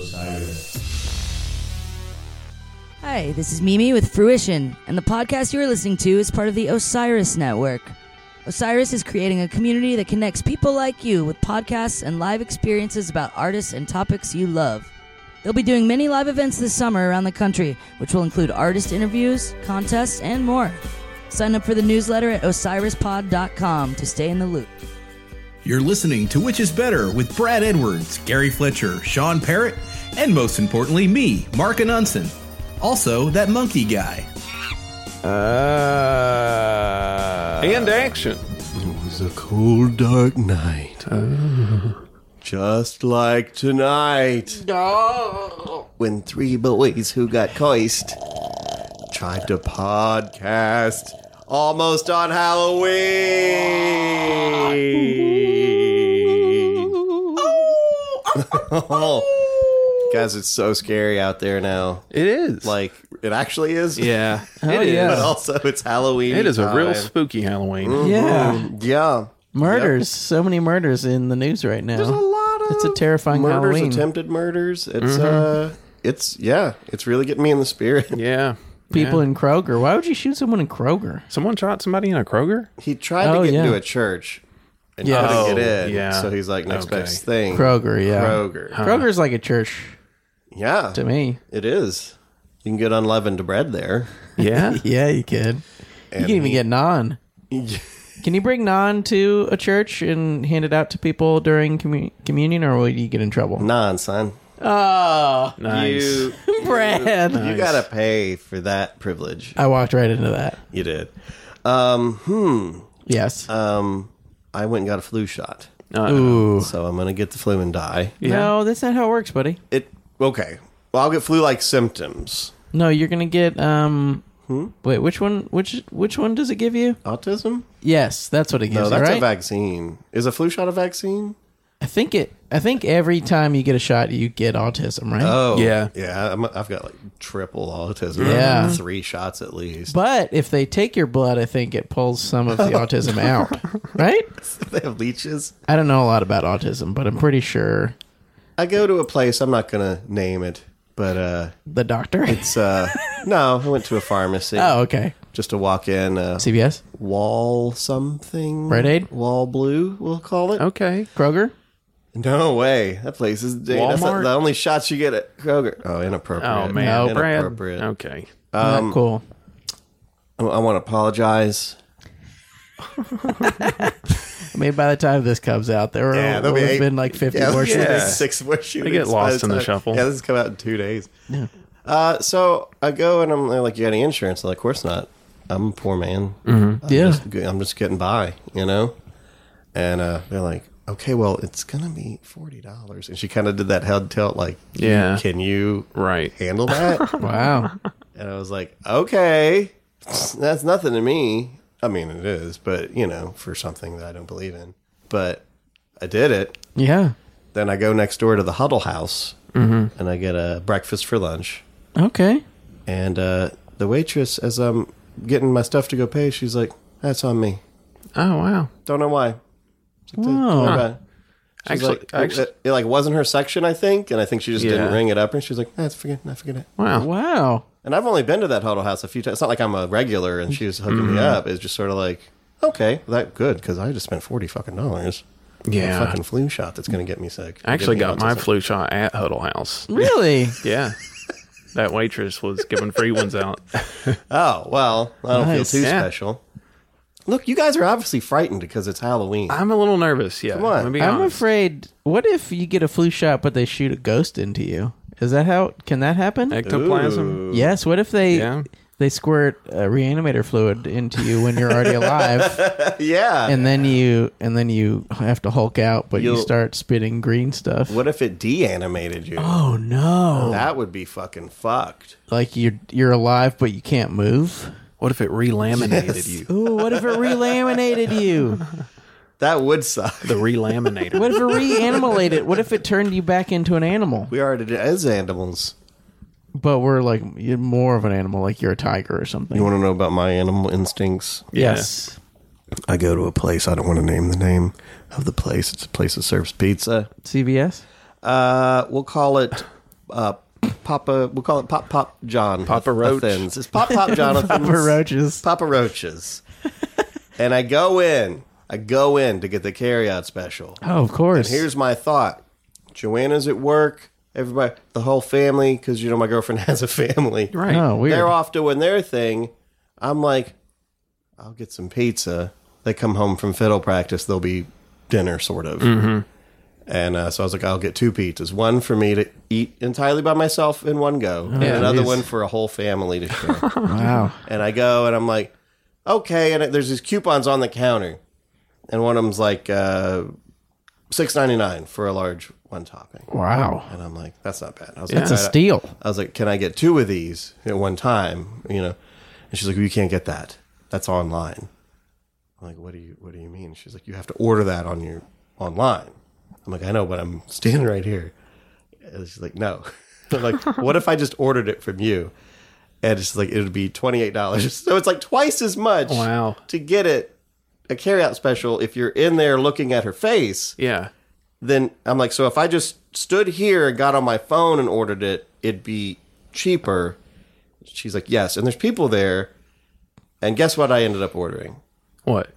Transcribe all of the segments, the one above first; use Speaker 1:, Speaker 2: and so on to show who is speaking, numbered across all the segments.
Speaker 1: Osiris.
Speaker 2: Hi, this is Mimi with Fruition, and the podcast you are listening to is part of the Osiris Network. Osiris is creating a community that connects people like you with podcasts and live experiences about artists and topics you love. They'll be doing many live events this summer around the country, which will include artist interviews, contests, and more. Sign up for the newsletter at osirispod.com to stay in the loop.
Speaker 3: You're listening to Which Is Better with Brad Edwards, Gary Fletcher, Sean Parrott, and most importantly, me, Mark Anunson. Also, that monkey guy.
Speaker 4: and action.
Speaker 1: It was a cold, dark night. Ah. Just like tonight. When three boys who got coist tried to podcast almost on Halloween.
Speaker 4: Oh.
Speaker 1: Guys, it's so scary out there now.
Speaker 4: It is
Speaker 1: Like, it actually is.
Speaker 4: yeah,
Speaker 5: Hell
Speaker 4: it is.
Speaker 5: yeah.
Speaker 1: But also, it's Halloween.
Speaker 4: It is a real
Speaker 1: time. Mm-hmm.
Speaker 4: spooky Halloween.
Speaker 5: Yeah.
Speaker 1: Yeah.
Speaker 5: Murders. So many murders in the news right now.
Speaker 1: There's a lot of
Speaker 5: It's a terrifying
Speaker 1: murders,
Speaker 5: Halloween. Mm-hmm.
Speaker 1: attempted murders. It's uh, it's yeah, it's really getting me in the spirit.
Speaker 4: Yeah,
Speaker 5: People
Speaker 4: Yeah.
Speaker 5: in Kroger. Why would you shoot someone in Kroger?
Speaker 4: someone shot somebody in a Kroger.
Speaker 1: He tried
Speaker 5: Oh,
Speaker 1: to get
Speaker 5: yeah.
Speaker 1: into a church and
Speaker 5: Yeah.
Speaker 1: couldn't
Speaker 4: Oh,
Speaker 1: get in.
Speaker 4: yeah.
Speaker 1: So he's like next
Speaker 4: Okay.
Speaker 1: best thing.
Speaker 5: Kroger, yeah.
Speaker 1: Kroger.
Speaker 5: Kroger's like a church
Speaker 1: Yeah,
Speaker 5: to me.
Speaker 1: it is. You can get unleavened bread there.
Speaker 4: Yeah,
Speaker 5: Yeah, you can. you can even get naan. Can you bring naan to a church and hand it out to people during commu- communion, or will you get in trouble?
Speaker 1: Nah, son.
Speaker 5: Oh,
Speaker 4: nice.
Speaker 1: You
Speaker 5: Brad.
Speaker 1: you gotta pay for that privilege.
Speaker 5: I walked right into that.
Speaker 1: You did. Um, hmm.
Speaker 5: Yes.
Speaker 1: Um, I went and got a flu shot,
Speaker 5: Ooh.
Speaker 1: so I'm gonna get the flu and die.
Speaker 5: No, that's not how it works, buddy.
Speaker 1: It okay. Well, I'll get flu-like symptoms.
Speaker 5: No, you're gonna get um. Wait, which one? Which which one does it give you?
Speaker 1: Autism?
Speaker 5: Yes, that's what it gives.
Speaker 1: No,
Speaker 5: you,
Speaker 1: that's
Speaker 5: right?
Speaker 1: a vaccine. Is a flu shot a vaccine?
Speaker 5: I think it. I think every time you get a shot, you get autism, right?
Speaker 1: Oh,
Speaker 4: Yeah.
Speaker 1: yeah. I'm, I've got like triple autism.
Speaker 5: Yeah.
Speaker 1: Like, three shots at least.
Speaker 5: but if they take your blood, I think it pulls some of the autism out, right?
Speaker 1: they have leeches.
Speaker 5: I don't know a lot about autism, but I'm pretty sure
Speaker 1: I go to a place. I'm not gonna name it, but uh,
Speaker 5: the doctor.
Speaker 1: it's uh, no. I went to a pharmacy.
Speaker 5: oh, okay.
Speaker 1: just to walk in. Uh,
Speaker 5: CVS,
Speaker 1: wall something.
Speaker 5: Rite Aid?
Speaker 1: Wall blue. We'll call it.
Speaker 4: Okay.
Speaker 5: Kroger.
Speaker 1: No way. That place is. Dude, that's
Speaker 4: Walmart?
Speaker 1: the only shots you get at Kroger. Oh, inappropriate.
Speaker 4: Oh man,
Speaker 5: No,
Speaker 4: Brad.
Speaker 1: Inappropriate.
Speaker 4: Okay.
Speaker 1: Um,
Speaker 5: Not cool.
Speaker 1: I, I want to apologize.
Speaker 5: I mean, by the time this comes out, there
Speaker 1: Yeah,
Speaker 5: will
Speaker 1: there'll be
Speaker 5: have
Speaker 1: eight-
Speaker 5: been like 50
Speaker 1: Yeah,
Speaker 5: more
Speaker 1: there'll be
Speaker 5: shootings.
Speaker 1: like six more shootings.
Speaker 4: get
Speaker 1: by
Speaker 4: lost in the
Speaker 1: time-
Speaker 4: shuffle.
Speaker 1: Yeah, this is coming out in two days. Uh, so I go and I'm they're like, "You got any insurance?" I'm like, "Of course not. I'm a poor man.
Speaker 4: Mm-hmm.
Speaker 5: Yeah.
Speaker 1: G- I'm just getting by, you know." And uh, they're like, "Okay, well, it's gonna be forty dollars." And she kind of did that head tilt, like,
Speaker 4: Yeah.
Speaker 1: can you
Speaker 4: Right.
Speaker 1: handle that?"
Speaker 5: Wow.
Speaker 1: and I was like, "Okay, that's nothing to me. I mean, it is, but you know, for something that I don't believe in, but I did it."
Speaker 5: Yeah.
Speaker 1: Then I go next door to the Huddle House
Speaker 4: Mm-hmm.
Speaker 1: and I get a breakfast for lunch.
Speaker 5: Okay.
Speaker 1: And uh, the waitress, as I'm getting my stuff to go pay, she's like, "That's on me.
Speaker 4: Oh wow.
Speaker 1: Don't know why."
Speaker 5: Wow.
Speaker 1: Don't know why. She's
Speaker 4: Actually,
Speaker 1: like, uh,
Speaker 4: actually,
Speaker 1: it, it, like wasn't her section, I think, and I think she just didn't
Speaker 4: Yeah.
Speaker 1: ring it up. And she's like, "That's forget, I forget it."
Speaker 4: wow.
Speaker 5: Wow.
Speaker 1: And I've only been to that Huddle House a few times. It's not like I'm a regular, and she was hooking me
Speaker 4: Mm-hmm.
Speaker 1: up. It's just sort of like, okay, well, that good because I just spent forty fucking dollars. on a
Speaker 4: Yeah.
Speaker 1: fucking flu shot that's gonna get me sick.
Speaker 4: I actually
Speaker 1: Give me
Speaker 4: got my
Speaker 1: autism.
Speaker 4: flu shot at Huddle House.
Speaker 5: Really?
Speaker 4: Yeah. that waitress was giving free ones out.
Speaker 1: Oh, well, I don't
Speaker 5: Nice.
Speaker 1: feel too
Speaker 4: Yeah.
Speaker 1: special. Look, you guys are obviously frightened because it's Halloween.
Speaker 4: I'm a little nervous. Yeah.
Speaker 1: on.
Speaker 4: I'm gonna be
Speaker 5: I'm
Speaker 4: honest.
Speaker 5: afraid. What if you get a flu shot, but they shoot a ghost into you? Is that how? Can that happen?
Speaker 4: Ectoplasm.
Speaker 5: yes. What if they
Speaker 4: Yeah.
Speaker 5: they squirt uh, reanimator fluid into you when you're already alive,
Speaker 1: yeah.
Speaker 5: and then you and then you have to Hulk out, but you
Speaker 1: You'll-
Speaker 5: start spitting green stuff?
Speaker 1: what if it deanimated you?
Speaker 5: Oh no!
Speaker 1: That would be fucking fucked.
Speaker 5: Like you're you're alive, but you can't move.
Speaker 4: What if it relaminated you?
Speaker 5: Ooh, what if it relaminated you?
Speaker 1: That would suck.
Speaker 4: The relaminator.
Speaker 5: What if it reanimated? What if it turned you back into an animal?
Speaker 1: We already did as animals.
Speaker 5: But we're like you're more of an animal, like you're a tiger or
Speaker 1: You
Speaker 5: something.
Speaker 1: want to know about my animal instincts?
Speaker 5: Yes.
Speaker 1: I go to a place. I don't want to name the name of the place. It's a place that serves pizza.
Speaker 5: CVS.
Speaker 1: Uh, we'll call it uh, Papa. We'll call it Pop Pop John.
Speaker 4: Papa Roach.
Speaker 1: Thins. It's Pop Pop Jonathan's.
Speaker 5: Papa Roaches.
Speaker 1: Papa Roaches. and I go in. I go in to get the carryout special.
Speaker 5: Oh, of course.
Speaker 1: And here's my thought. Joanna's at work. Everybody, the whole family, because you know my girlfriend has a family.
Speaker 4: Right.
Speaker 5: oh, weird.
Speaker 1: They're off doing their thing. I'm like, I'll get some pizza. They come home from fiddle practice. There'll be dinner, sort of.
Speaker 5: Mm-hmm.
Speaker 1: And uh, so I was like, I'll get two pizzas. One for me to eat entirely by myself in one go,
Speaker 5: Oh,
Speaker 1: and another
Speaker 5: geez.
Speaker 1: one for a whole family to share.
Speaker 5: wow.
Speaker 1: And I go and I'm like, okay. And there's these coupons on the counter, and one of them's like uh, six ninety nine for a large one topping.
Speaker 5: Wow.
Speaker 1: And I'm like, that's not bad. I was
Speaker 5: That's
Speaker 1: like,
Speaker 5: a
Speaker 1: "Alright."
Speaker 5: steal.
Speaker 1: I was like, can I get two of these at one time? You know, and she's like, well, you can't get that. That's online. I'm like, what do you what do you mean? She's like, you have to order that on your online. I'm like, I know, but I'm standing right here. And she's like, no. I'm like, what if I just ordered it from you? And it's like it would be twenty eight dollars. So it's like twice as much.
Speaker 4: Wow.
Speaker 1: To get it a carryout special, if you're in there looking at her face,
Speaker 4: Yeah.
Speaker 1: then I'm like, so if I just stood here and got on my phone and ordered it, it'd be cheaper. She's like, yes. And there's people there. And guess what I ended up ordering?
Speaker 4: What?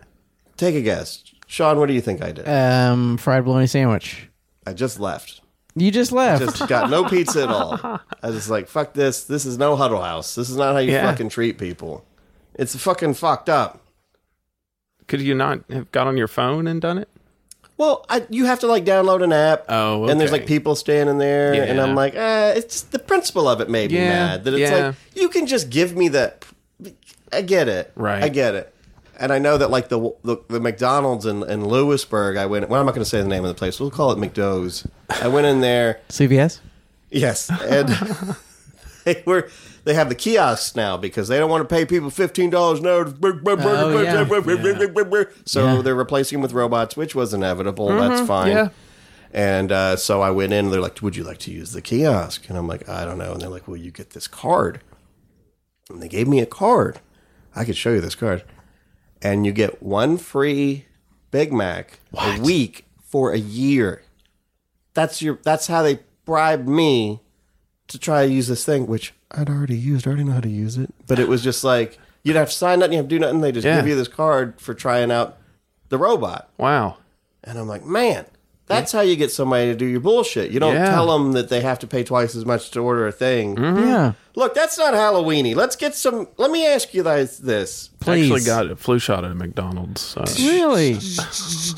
Speaker 1: Take a guess. Sean, what do you think I did?
Speaker 5: Um, fried bologna sandwich.
Speaker 1: I just left.
Speaker 5: You just left.
Speaker 1: Just got no pizza at all. I was just like, fuck this. This is no huddle house. This is not how you
Speaker 4: Yeah.
Speaker 1: fucking treat people. It's fucking fucked up.
Speaker 4: Could you not have got on your phone and done it?
Speaker 1: Well, I, you have to like download an app.
Speaker 4: Oh,
Speaker 1: and there's
Speaker 4: okay.
Speaker 1: like people standing there, and
Speaker 4: Yeah.
Speaker 1: I'm like, eh, it's just the principle of it made me
Speaker 4: Yeah,
Speaker 1: mad that it's
Speaker 4: yeah.
Speaker 1: like you can just give me that. I get it,
Speaker 4: Right.
Speaker 1: I get it, and I know that like the the, the McDonald's in, in Lewisburg, I went. Well, I'm not going to say the name of the place. We'll call it McDo's. I went in there.
Speaker 5: CVS.
Speaker 1: Yes, and they were they have the kiosks now because they don't want to pay people fifteen dollars an hour.
Speaker 5: Oh, yeah.
Speaker 1: So
Speaker 5: Yeah.
Speaker 1: they're replacing them with robots, which was inevitable. That's fine.
Speaker 4: yeah.
Speaker 1: And uh, so I went in. They're like, "Would you like to use the kiosk?" And I'm like, "I don't know." And they're like, "Well, you get this card." And they gave me a card. I could show you this card, and you get one free Big Mac a week for a year. That's your. That's how they bribed me to try to use this thing, which I'd already used. I already know how to use it. But it was just like you don't have to sign nothing. You have to do nothing. They just
Speaker 4: Yeah.
Speaker 1: give you this card for trying out the robot.
Speaker 4: Wow.
Speaker 1: And I'm like, man, that's how you get somebody to do your bullshit. You don't
Speaker 4: Yeah.
Speaker 1: tell them that they have to pay twice as much to order a thing.
Speaker 5: Yeah.
Speaker 1: Look, that's not Halloweeny. Let's get some. Let me ask you guys this.
Speaker 5: Please.
Speaker 4: Actually got a flu shot at a McDonald's. Uh,
Speaker 5: Really?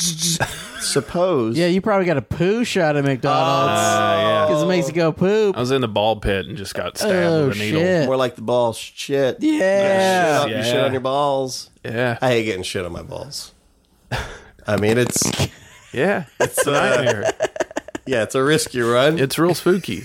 Speaker 1: Suppose.
Speaker 5: Yeah, you probably got a poo shot at McDonald's because it makes you go poop.
Speaker 4: I was in the ball pit and just got stabbed
Speaker 5: Oh
Speaker 4: with a needle.
Speaker 5: shit!
Speaker 1: More like the ball shit. Shit
Speaker 5: Yeah.
Speaker 1: up, You shit
Speaker 4: Yeah.
Speaker 1: on your balls.
Speaker 4: Yeah.
Speaker 1: I hate getting shit on my balls. I mean, it's
Speaker 4: Yeah. It's a nightmare.
Speaker 1: yeah, it's a risky run.
Speaker 4: It's real spooky.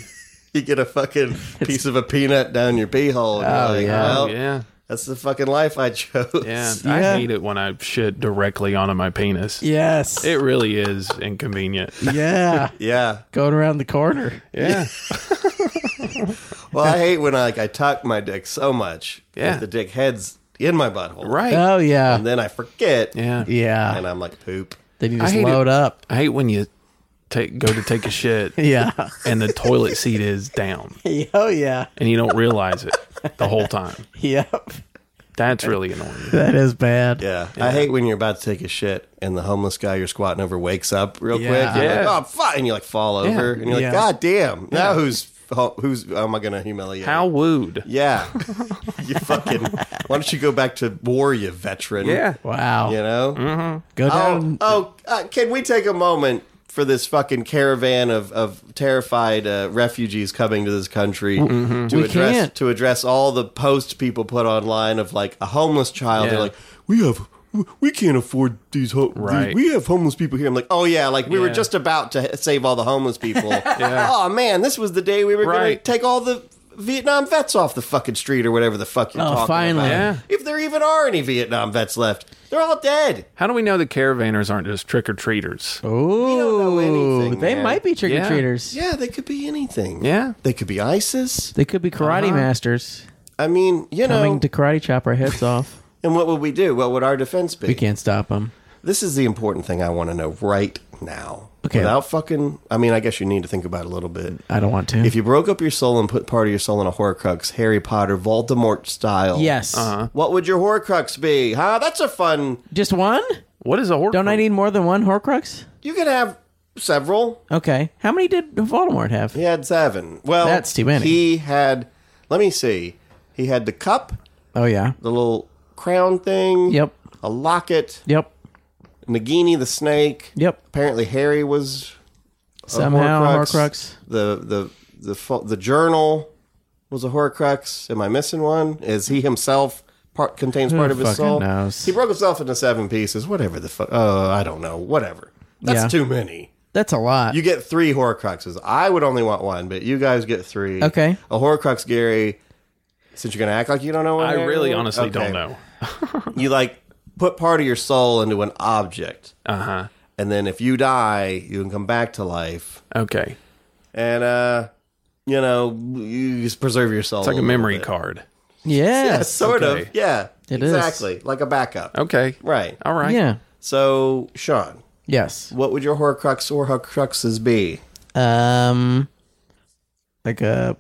Speaker 1: you get a fucking piece of a peanut down your pee hole. And you're like,
Speaker 5: yeah.
Speaker 1: well,
Speaker 4: Yeah. Oh,
Speaker 1: that's the fucking life I chose.
Speaker 4: Yeah.
Speaker 5: Yeah.
Speaker 4: I hate it when I shit directly onto my penis.
Speaker 5: Yes.
Speaker 4: It really is inconvenient.
Speaker 5: yeah.
Speaker 1: yeah.
Speaker 5: Going around the corner.
Speaker 4: Yeah.
Speaker 1: Well, I hate when I, like I tuck my dick so much
Speaker 4: Yeah.
Speaker 1: that the dick heads in my butthole,
Speaker 4: right.
Speaker 5: Oh
Speaker 1: And
Speaker 5: yeah.
Speaker 1: then I forget,
Speaker 4: yeah.
Speaker 5: Yeah.
Speaker 1: and I'm like, poop.
Speaker 5: Then you
Speaker 4: I
Speaker 5: just
Speaker 4: hate it.
Speaker 5: load up.
Speaker 4: I hate when you take go to take a shit
Speaker 5: Yeah.
Speaker 4: and the toilet seat is down
Speaker 5: oh yeah.
Speaker 4: and you don't realize it the whole time.
Speaker 5: Yep.
Speaker 4: That's really annoying.
Speaker 5: That is bad.
Speaker 1: Yeah. I hate when you're about to take a shit and the homeless guy you're squatting over wakes up real
Speaker 5: Yeah.
Speaker 1: quick. You're like,
Speaker 4: Yeah.
Speaker 1: oh, fuck. And you like fall over, and you're like,
Speaker 5: Yeah.
Speaker 1: god damn. Now who's who's how am I gonna humiliate?
Speaker 4: How wooed.
Speaker 1: Yeah. you fucking. Why don't you go back to war, you veteran?
Speaker 5: Wow.
Speaker 1: You know.
Speaker 5: Go
Speaker 1: Oh,
Speaker 5: down.
Speaker 1: oh uh, can we take a moment for this fucking caravan of, of terrified uh, refugees coming to this country
Speaker 4: Mm-hmm.
Speaker 1: to
Speaker 5: We
Speaker 1: address
Speaker 5: can't.
Speaker 1: to address all the posts people put online of like a homeless child? They're
Speaker 4: Yeah.
Speaker 1: like, we have. We can't afford these. Ho-
Speaker 4: Right.
Speaker 1: We have homeless people here. I'm like, oh yeah, like we were
Speaker 4: Yeah.
Speaker 1: just about to save all the homeless people. Oh man, this was the day we were going to
Speaker 4: Right.
Speaker 1: take all the Vietnam vets off the fucking street or whatever the fuck you're
Speaker 5: Oh,
Speaker 1: talking
Speaker 5: finally.
Speaker 1: about.
Speaker 4: Yeah.
Speaker 1: If there even are any Vietnam vets left, they're all dead.
Speaker 4: How do we know the caravanners aren't just trick or treaters?
Speaker 5: Ooh.
Speaker 1: don't know anything,
Speaker 5: they
Speaker 1: man.
Speaker 5: might be trick or treaters.
Speaker 1: Yeah, they could be anything.
Speaker 4: Yeah.
Speaker 1: They could be ISIS.
Speaker 5: They could be karate
Speaker 1: Uh-huh.
Speaker 5: masters
Speaker 1: I mean, you know.
Speaker 5: coming to karate chop our heads off.
Speaker 1: and what would we do? What would our defense be?
Speaker 5: We can't stop them.
Speaker 1: This is the important thing I want to know right now.
Speaker 5: Okay.
Speaker 1: Without fucking, I mean, I guess you need to think about it a little bit.
Speaker 5: I don't want to.
Speaker 1: If you broke up your soul and put part of your soul in a Horcrux, Harry Potter, Voldemort style,
Speaker 5: yes,
Speaker 1: What would your Horcrux be? Huh? That's a fun.
Speaker 5: just one.
Speaker 4: What is a horcrux?
Speaker 5: Don't I need more than one Horcrux?
Speaker 1: You could have several.
Speaker 5: Okay. How many did Voldemort have?
Speaker 1: He had seven. Well,
Speaker 5: That's too many.
Speaker 1: He had. Let me see. He had the cup,
Speaker 5: Oh yeah.
Speaker 1: the little crown thing.
Speaker 5: Yep.
Speaker 1: A locket.
Speaker 5: Yep.
Speaker 1: Nagini the snake.
Speaker 5: Yep.
Speaker 1: Apparently Harry was a
Speaker 5: Somehow Horcrux.
Speaker 1: The the the fo- the journal was a Horcrux. Am I missing one? Is he himself part contains part of his
Speaker 5: fucking
Speaker 1: soul?
Speaker 5: knows?
Speaker 1: He broke himself into seven pieces. Whatever the fuck. Oh, I don't know. Whatever. That's
Speaker 5: Yeah.
Speaker 1: too many.
Speaker 5: That's a lot.
Speaker 1: You get three Horcruxes. I would only want one, but you guys get three.
Speaker 5: Okay.
Speaker 1: A Horcrux, Gary. Since you're gonna act like you don't know, what
Speaker 4: I
Speaker 1: they're-
Speaker 4: really honestly
Speaker 1: Okay.
Speaker 4: don't know.
Speaker 1: You like put part of your soul into an object,
Speaker 4: Uh huh.
Speaker 1: and then if you die, you can come back to life,
Speaker 4: Okay.
Speaker 1: and uh, you know, you just preserve your soul.
Speaker 4: It's like a
Speaker 1: little
Speaker 4: memory
Speaker 1: bit.
Speaker 4: card.
Speaker 5: yes. Oh.
Speaker 1: Yeah, sort
Speaker 4: okay.
Speaker 1: of. Yeah,
Speaker 5: It is.
Speaker 1: exactly. Like a backup.
Speaker 4: Okay.
Speaker 1: Right.
Speaker 4: All right.
Speaker 5: Yeah.
Speaker 1: So, Sean,
Speaker 5: Yes.
Speaker 1: what would your Horcrux or Horcruxes be?
Speaker 5: Um, like a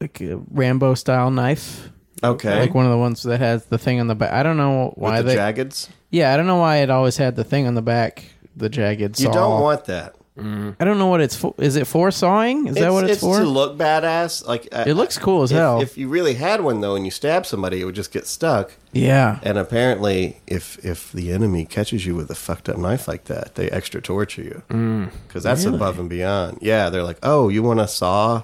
Speaker 5: like a Rambo style knife,
Speaker 1: Okay.
Speaker 5: like one of the ones that has the thing on the back. I don't know why
Speaker 1: With the
Speaker 5: they.
Speaker 1: jaggeds.
Speaker 5: yeah, I don't know why it always had the thing on the back. The jagged saw.
Speaker 1: You don't want that.
Speaker 5: I don't know what it's for. Is it for sawing? Is that what it's, for?
Speaker 1: to look badass. Like I-
Speaker 5: it looks cool as
Speaker 1: if,
Speaker 5: hell.
Speaker 1: If you really had one though, and you stab somebody, it would just get stuck.
Speaker 5: yeah.
Speaker 1: And apparently, if if the enemy catches you with a fucked up knife like that, they extra torture you
Speaker 5: Mm.
Speaker 1: because that's above and beyond. Yeah, they're like, oh, you want to saw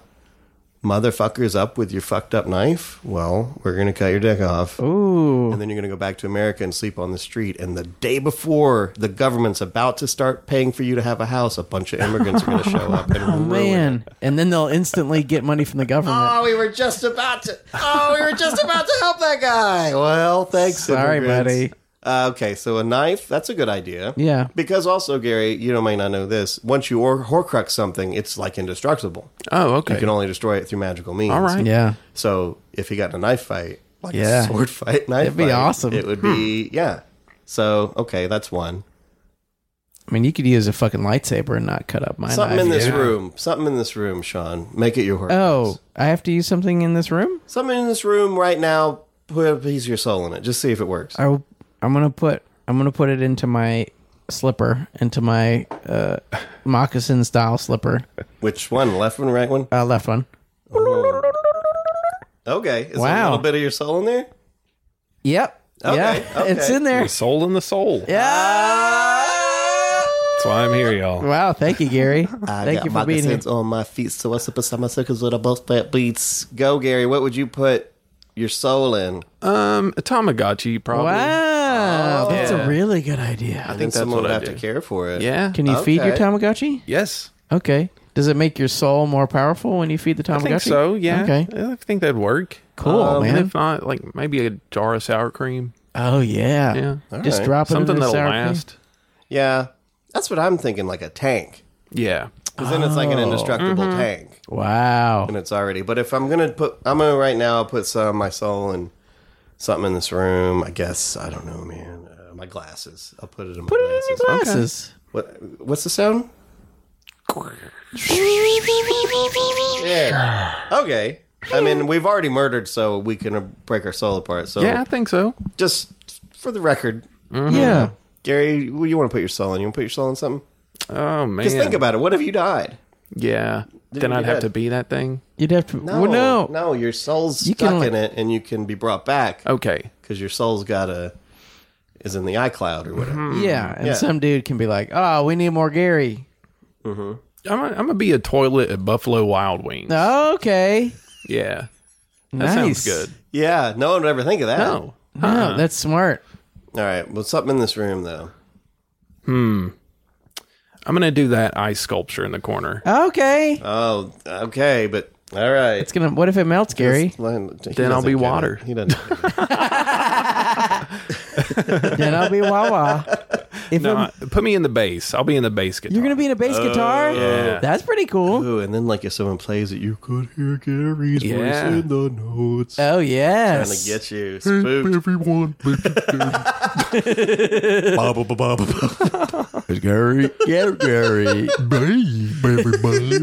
Speaker 1: motherfuckers up with your fucked up knife? Well, we're gonna cut your dick off.
Speaker 5: Ooh.
Speaker 1: And then you're going to go back to America and sleep on the street. And the day before the government's about to start paying for you to have a house, a bunch of immigrants are going to show up and ruin it.
Speaker 5: Oh, Man, and then they'll instantly get money from the government.
Speaker 1: Oh, we were just about to. Oh, we were just about to help that guy. Well, thanks.
Speaker 5: Sorry,
Speaker 1: immigrants.
Speaker 5: buddy.
Speaker 1: Uh, okay, so a knife. That's a good idea.
Speaker 5: Yeah.
Speaker 1: Because also, Gary, you know, may not know this. Once you or- horcrux something, it's like indestructible.
Speaker 4: Oh, okay.
Speaker 1: You can only destroy it through magical means.
Speaker 4: All right.
Speaker 5: Yeah.
Speaker 1: So if he got in a knife fight, like a
Speaker 5: Yeah.
Speaker 1: sword fight, knife
Speaker 5: That'd be
Speaker 1: fight,
Speaker 5: awesome. Hmm.
Speaker 1: It would be yeah. So okay, that's one.
Speaker 5: I mean, you could use a fucking lightsaber and not cut up my
Speaker 1: Something
Speaker 5: knife.
Speaker 1: in this room. Something in this room, Sean. Make it your horcrux.
Speaker 5: Oh, I have to use something in this room?
Speaker 1: Something in this room right now. Put a piece of your soul in it. Just see if it works.
Speaker 5: I, will- I'm gonna put I'm gonna put it into my slipper, into my uh, moccasin style slipper.
Speaker 1: Which one? Left one, right one?
Speaker 5: Uh, left one.
Speaker 1: Okay. Is there a
Speaker 5: Wow.
Speaker 1: little bit of your soul in there?
Speaker 5: Yep.
Speaker 1: Okay,
Speaker 5: yep. It's
Speaker 1: okay.
Speaker 5: in there.
Speaker 6: The soul in the soul.
Speaker 1: Ah!
Speaker 5: Yeah.
Speaker 6: That's why I'm here, y'all.
Speaker 5: Wow. Thank you, Gary.
Speaker 1: I
Speaker 5: thank
Speaker 1: got
Speaker 5: you for being here.
Speaker 1: moccasins on my feet, so I slip aside my circles with a both fat beats. Go, Gary. What would you put your soul in?
Speaker 4: Um, a Tamagotchi probably.
Speaker 5: Wow. that's
Speaker 4: yeah.
Speaker 5: a really good idea.
Speaker 1: I think
Speaker 4: that's
Speaker 1: someone
Speaker 4: what
Speaker 1: would
Speaker 4: I
Speaker 1: have to
Speaker 4: do.
Speaker 1: care for it.
Speaker 4: Yeah.
Speaker 5: Can you feed your
Speaker 1: Okay.
Speaker 5: Tamagotchi?
Speaker 4: yes.
Speaker 5: Okay. Does it make your soul more powerful when you feed the Tamagotchi?
Speaker 4: I think so. Yeah.
Speaker 5: Okay.
Speaker 4: I think that'd work.
Speaker 5: Cool,
Speaker 4: And
Speaker 5: man.
Speaker 4: if not, like maybe a jar of sour cream.
Speaker 5: Oh yeah.
Speaker 4: Yeah.
Speaker 5: Just
Speaker 1: right.
Speaker 5: drop it
Speaker 4: Something
Speaker 5: in the
Speaker 4: that'll
Speaker 5: sour cream.
Speaker 4: last.
Speaker 1: Yeah. That's what I'm thinking, like a tank.
Speaker 4: Yeah.
Speaker 1: Because then it's like an indestructible
Speaker 5: Mm-hmm.
Speaker 1: tank.
Speaker 5: Wow.
Speaker 1: And it's already. But if I'm going to put, I'm going to right now put some of my soul in something in this room. I guess, I don't know, man. Uh, my glasses. I'll put it in my
Speaker 5: Put it
Speaker 1: glasses.
Speaker 5: in your glasses.
Speaker 1: What, what's the sound? Yeah. Okay. I mean, we've already murdered, so we can uh, break our soul apart. So,
Speaker 4: Yeah, I think so.
Speaker 1: just for the record,
Speaker 4: Mm-hmm.
Speaker 5: Yeah.
Speaker 1: Gary, what do you want to put your soul in? You want to put your soul in something?
Speaker 4: Oh man.
Speaker 1: Just think about it. What if you died?
Speaker 4: Yeah. Then
Speaker 1: you
Speaker 4: I'd have
Speaker 1: did.
Speaker 4: to be that thing.
Speaker 5: You'd have to. No. Well, no.
Speaker 1: no, your soul's
Speaker 5: You can
Speaker 1: stuck
Speaker 5: only-
Speaker 1: in it, and you can be brought back
Speaker 4: Okay.
Speaker 1: because your soul's got a is in the iCloud or whatever.
Speaker 5: Yeah. And
Speaker 1: Mm. Yeah.
Speaker 5: some dude can be like, "Oh, we need more Gary."
Speaker 4: I'm gonna, I'm gonna be a toilet at Buffalo Wild Wings.
Speaker 5: Okay.
Speaker 4: Yeah. That
Speaker 5: Nice.
Speaker 4: sounds good. Uh-uh.
Speaker 1: Yeah, no one would ever think of that.
Speaker 4: No.
Speaker 5: No, that's smart.
Speaker 1: All right. Well, something in this room though.
Speaker 4: I'm gonna do that ice sculpture in the corner.
Speaker 5: Okay.
Speaker 1: Oh, okay, but all right.
Speaker 5: it's gonna. What if it melts, Gary?
Speaker 1: Then
Speaker 4: I'll be water.
Speaker 1: He doesn't. get it.
Speaker 5: then I'll be Wawa. If
Speaker 4: No,
Speaker 5: it-
Speaker 4: I- put me in the bass. I'll be in the bass guitar.
Speaker 5: you're gonna be in a bass guitar, that's pretty cool.
Speaker 1: Oh, Ooh, and then like if someone plays it, you could hear Gary's
Speaker 4: Yeah.
Speaker 1: voice in the notes.
Speaker 5: Oh yes.
Speaker 1: Trying to get you spooked.
Speaker 6: Everyone,
Speaker 1: Ba, ba, ba, ba, ba, ba. It's Gary. Yeah, Gary.
Speaker 7: Hey, everybody.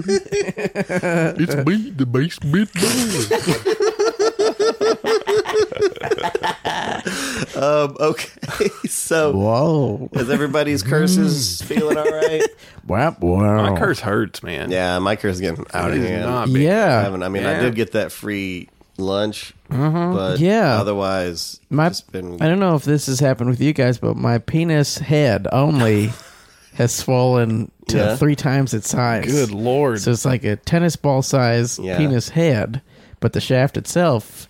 Speaker 7: it's me, the basement boy.
Speaker 1: Um, okay. So,
Speaker 5: Whoa.
Speaker 1: is everybody's
Speaker 5: Mm.
Speaker 1: curses feeling all right?
Speaker 5: Wow. Wow.
Speaker 4: My curse hurts, man.
Speaker 1: Yeah, my curse is getting out of
Speaker 4: It is
Speaker 1: hand.
Speaker 4: not big.
Speaker 1: I
Speaker 5: Oh. Yeah.
Speaker 1: haven't. I mean, I
Speaker 4: Yeah.
Speaker 1: did get that free lunch, but
Speaker 5: Mm-hmm. Yeah.
Speaker 1: Otherwise,
Speaker 5: My,
Speaker 1: it's been.
Speaker 5: I don't know if this has happened with you guys, but my penis head only has swollen to
Speaker 1: Yeah.
Speaker 5: three times its size.
Speaker 6: Good lord.
Speaker 5: So it's like a tennis ball size
Speaker 1: Yeah.
Speaker 5: penis head, but the shaft itself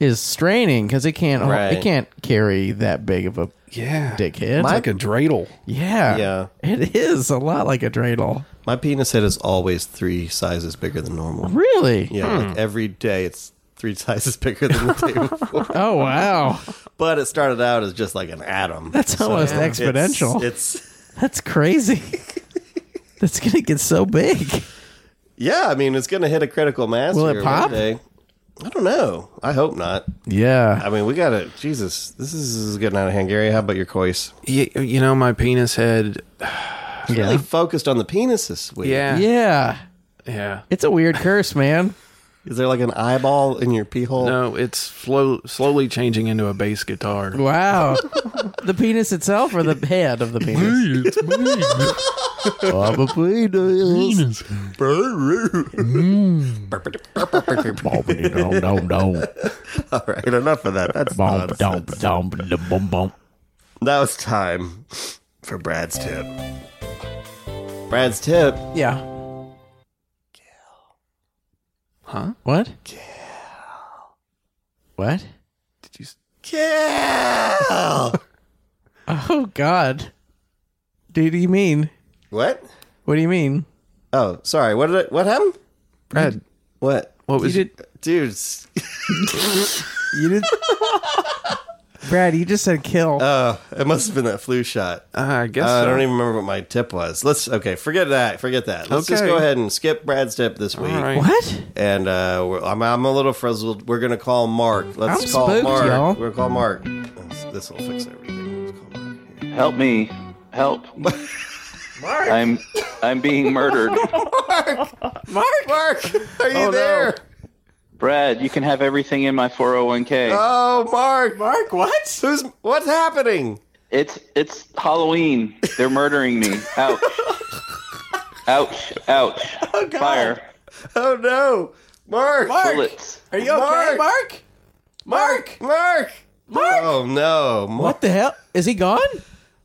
Speaker 5: is straining because it can't hol-
Speaker 1: Right.
Speaker 5: it can't carry that big of a
Speaker 6: yeah.
Speaker 5: dick head.
Speaker 6: It's like a dreidel.
Speaker 5: yeah,
Speaker 1: Yeah.
Speaker 5: it is a lot like a dreidel.
Speaker 1: my penis head is always three sizes bigger than normal.
Speaker 5: Mm-hmm. Really?
Speaker 1: Yeah, like every day it's three sizes bigger than the day before.
Speaker 5: Oh wow,
Speaker 1: but it started out as just like an atom.
Speaker 5: That's almost exponential.
Speaker 1: It's, it's
Speaker 5: that's crazy. That's gonna get so big.
Speaker 1: yeah. I mean, it's going to hit a critical mass.
Speaker 5: Will it
Speaker 1: here
Speaker 5: pop?
Speaker 1: One day. I don't know. I hope not.
Speaker 5: Yeah,
Speaker 1: I mean, we got to. Jesus, this is, this is getting out of hand, Gary. How about your cois?
Speaker 4: You, you know, my penis head.
Speaker 1: Really
Speaker 5: yeah,
Speaker 1: focused on the penis this week.
Speaker 4: Yeah.
Speaker 5: yeah.
Speaker 4: Yeah.
Speaker 5: It's a weird curse, man.
Speaker 1: Is there like an eyeball in your pee hole?
Speaker 4: No, it's slow, slowly changing into a bass guitar.
Speaker 5: Wow, the penis itself or the head of the penis?
Speaker 7: Hey, it's me, the penis.
Speaker 1: All right, enough of that. That's nonsense. That was time for Brad's tip. Brad's tip.
Speaker 5: Yeah. Huh? What? What?
Speaker 4: Did you s-
Speaker 1: Kill.
Speaker 5: Oh God. Dude, do you mean?
Speaker 1: what?
Speaker 5: What do you mean?
Speaker 1: Oh, sorry. What did I, what happened?
Speaker 4: Brad,
Speaker 1: What?
Speaker 4: what was it?
Speaker 1: Dude. s-
Speaker 5: You did Brad, you just said kill.
Speaker 1: Oh, it must have been that flu shot.
Speaker 4: Uh, I guess
Speaker 1: I
Speaker 4: so.
Speaker 1: don't even remember what my tip was. Let's okay, forget that. Forget that. Let's just
Speaker 4: Okay.
Speaker 1: go ahead and skip Brad's tip this week.
Speaker 4: All right.
Speaker 5: what?
Speaker 1: And uh, we're, I'm, I'm a little frizzled. We're gonna call Mark. Let's
Speaker 5: I'm
Speaker 1: call
Speaker 5: spooked,
Speaker 1: Mark.
Speaker 5: y'all.
Speaker 1: We're gonna call Mark. This will fix everything. Let's call Mark. here.
Speaker 8: Help me. Help. I'm I'm being murdered.
Speaker 1: Mark, Mark, Oh, are you there?
Speaker 8: Brad, you can have everything in my 401k.
Speaker 1: Oh, Mark, Mark, what? Who's what's happening?
Speaker 8: it's it's Halloween. They're murdering me. Ouch. ouch. Ouch. Fire.
Speaker 1: Oh no, Mark, Mark,
Speaker 8: Bullets.
Speaker 5: Are you
Speaker 1: Mark!
Speaker 5: Mark? Mark!
Speaker 1: Mark, Oh no, Mark.
Speaker 5: What the hell? Is he gone?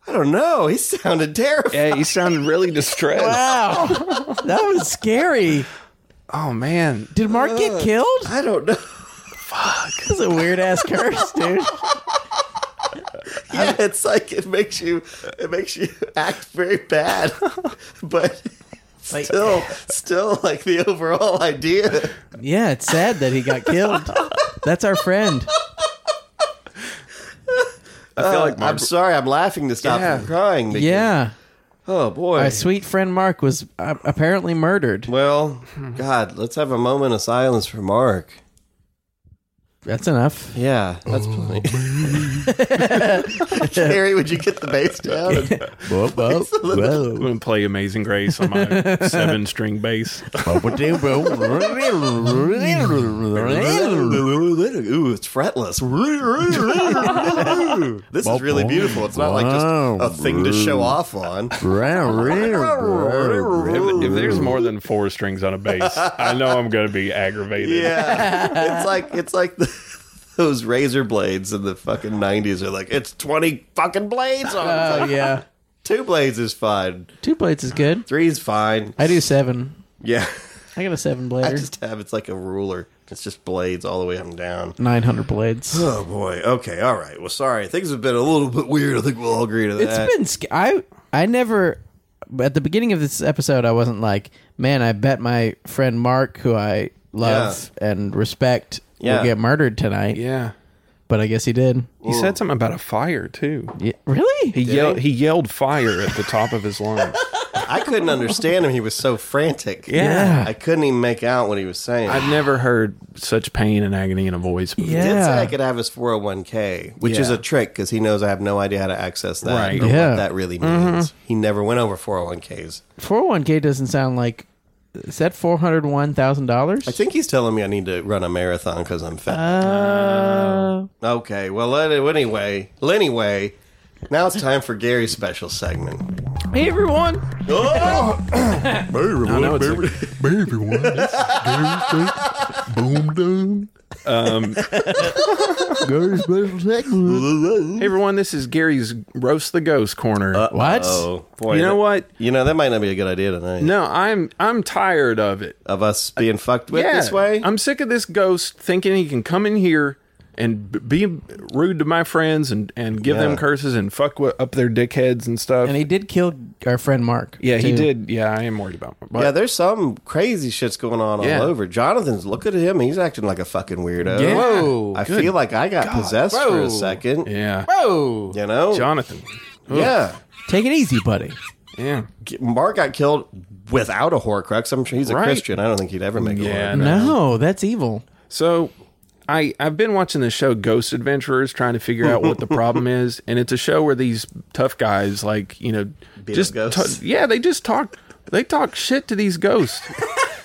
Speaker 1: I don't know. He sounded terrified.
Speaker 6: Yeah, you sounded really distressed.
Speaker 5: Wow. that was scary.
Speaker 4: Oh, man.
Speaker 5: Did Mark get killed?
Speaker 1: I don't know.
Speaker 5: This is a weird ass curse, dude.
Speaker 1: Yeah, it's like it makes you it makes you act very bad, but
Speaker 5: Like-
Speaker 1: still, still like the overall idea.
Speaker 5: Yeah, it's sad that he got killed. That's our friend.
Speaker 4: I feel like my,
Speaker 1: Uh, I'm sorry, I'm laughing to stop
Speaker 4: Yeah.
Speaker 1: from crying. because-
Speaker 5: Yeah.
Speaker 1: Oh boy.
Speaker 5: Our sweet friend Mark was uh, apparently murdered.
Speaker 1: well,
Speaker 5: Hmm.
Speaker 1: God, let's have a moment of silence for Mark.
Speaker 5: That's enough.
Speaker 1: Yeah, that's
Speaker 4: Oh,
Speaker 1: plenty. Harry, would you get the bass down? And-
Speaker 4: I'm going to play Amazing Grace on my seven string bass.
Speaker 1: Ooh, it's fretless. this is really beautiful. It's not like just a thing to show off on.
Speaker 4: If, if there's more than four strings on a bass, I know I'm going to be aggravated.
Speaker 1: Yeah, it's like it's like the, those razor blades in the fucking '90s are like it's twenty fucking blades on. It's
Speaker 5: Oh
Speaker 1: like,
Speaker 5: yeah,
Speaker 1: Two blades is fine.
Speaker 5: two blades is good.
Speaker 1: Three's fine.
Speaker 5: I do seven.
Speaker 1: Yeah.
Speaker 5: I got a seven
Speaker 1: I
Speaker 5: blader.
Speaker 1: just have it's like a ruler. It's just blades all the way up and down.
Speaker 5: Nine hundred blades.
Speaker 1: Oh boy. Okay. All right. Well, sorry. Things have been a little bit weird. I think we'll all agree to that.
Speaker 5: It's been. sc- I I never. At the beginning of this episode, I wasn't like, man, I bet my friend Mark, who I love and respect,
Speaker 1: Yeah.
Speaker 5: will get murdered tonight.
Speaker 6: Yeah.
Speaker 5: But I guess he did.
Speaker 6: He said something about a fire too.
Speaker 5: Yeah. Really?
Speaker 6: He yelled. He yelled fire at the top of his lungs.
Speaker 1: I couldn't understand him. He was so frantic.
Speaker 4: Yeah.
Speaker 1: I couldn't even make out what he was saying.
Speaker 4: I've never heard such pain and agony in a voice. Before.
Speaker 1: He did say I
Speaker 5: Yeah.
Speaker 1: could have his 401k, which is
Speaker 4: Yeah.
Speaker 1: a trick because he knows I have no idea how to access that
Speaker 4: Right. Mm-hmm.
Speaker 1: or
Speaker 5: Yeah.
Speaker 1: what that really means. He never went over 401ks.
Speaker 5: 401k doesn't sound like. Is that
Speaker 1: I
Speaker 5: $401,000?
Speaker 1: think he's telling me I need to run a marathon because I'm fat.
Speaker 4: Oh.
Speaker 1: okay, well, let- anyway, well, anyway, now it's time for Gary's special segment.
Speaker 5: Hey, everyone.
Speaker 7: Everyone,
Speaker 4: no, it's
Speaker 7: every, everyone, it's Gary's Special- boom down. Um, Gary's special segment.
Speaker 4: Hey everyone, this is Gary's roast the ghost corner.
Speaker 5: What?
Speaker 1: Oh, boy.
Speaker 4: you know
Speaker 1: that-
Speaker 4: what?
Speaker 1: You know, that might not be a good idea tonight.
Speaker 4: No, I'm I'm tired of it.
Speaker 1: Of us being fucked with
Speaker 4: yeah,
Speaker 1: this way?
Speaker 4: I'm sick of this ghost thinking he can come in here and b- be rude to my friends and and give
Speaker 1: Yeah.
Speaker 4: them curses and fuck wi- up their dickheads and stuff.
Speaker 5: And he did kill our friend Mark.
Speaker 4: yeah, he
Speaker 5: too.
Speaker 4: did. Yeah, I am worried about. Him, but
Speaker 1: yeah, there's some crazy shit's going on
Speaker 4: Yeah.
Speaker 1: all over. Jonathan's, look at him. He's acting like a fucking weirdo.
Speaker 4: Yeah.
Speaker 5: Whoa.
Speaker 1: I feel like I got possessed for
Speaker 5: Whoa.
Speaker 1: a second.
Speaker 4: yeah,
Speaker 5: Whoa.
Speaker 1: You know?
Speaker 4: Jonathan.
Speaker 1: Yeah.
Speaker 5: Take it easy, buddy.
Speaker 4: Yeah,
Speaker 1: G- Mark got killed without a Horcrux. I'm sure he's a
Speaker 4: Right.
Speaker 1: Christian. I don't think he'd ever make a
Speaker 4: yeah.
Speaker 1: yeah.
Speaker 4: no.
Speaker 5: No, that's evil.
Speaker 4: So I I've been watching this show Ghost Adventurers trying to figure out what the problem is and it's a show where these tough guys like, you know,
Speaker 1: up
Speaker 4: just
Speaker 1: ghosts.
Speaker 4: ta- yeah, they just talk they talk shit to these ghosts.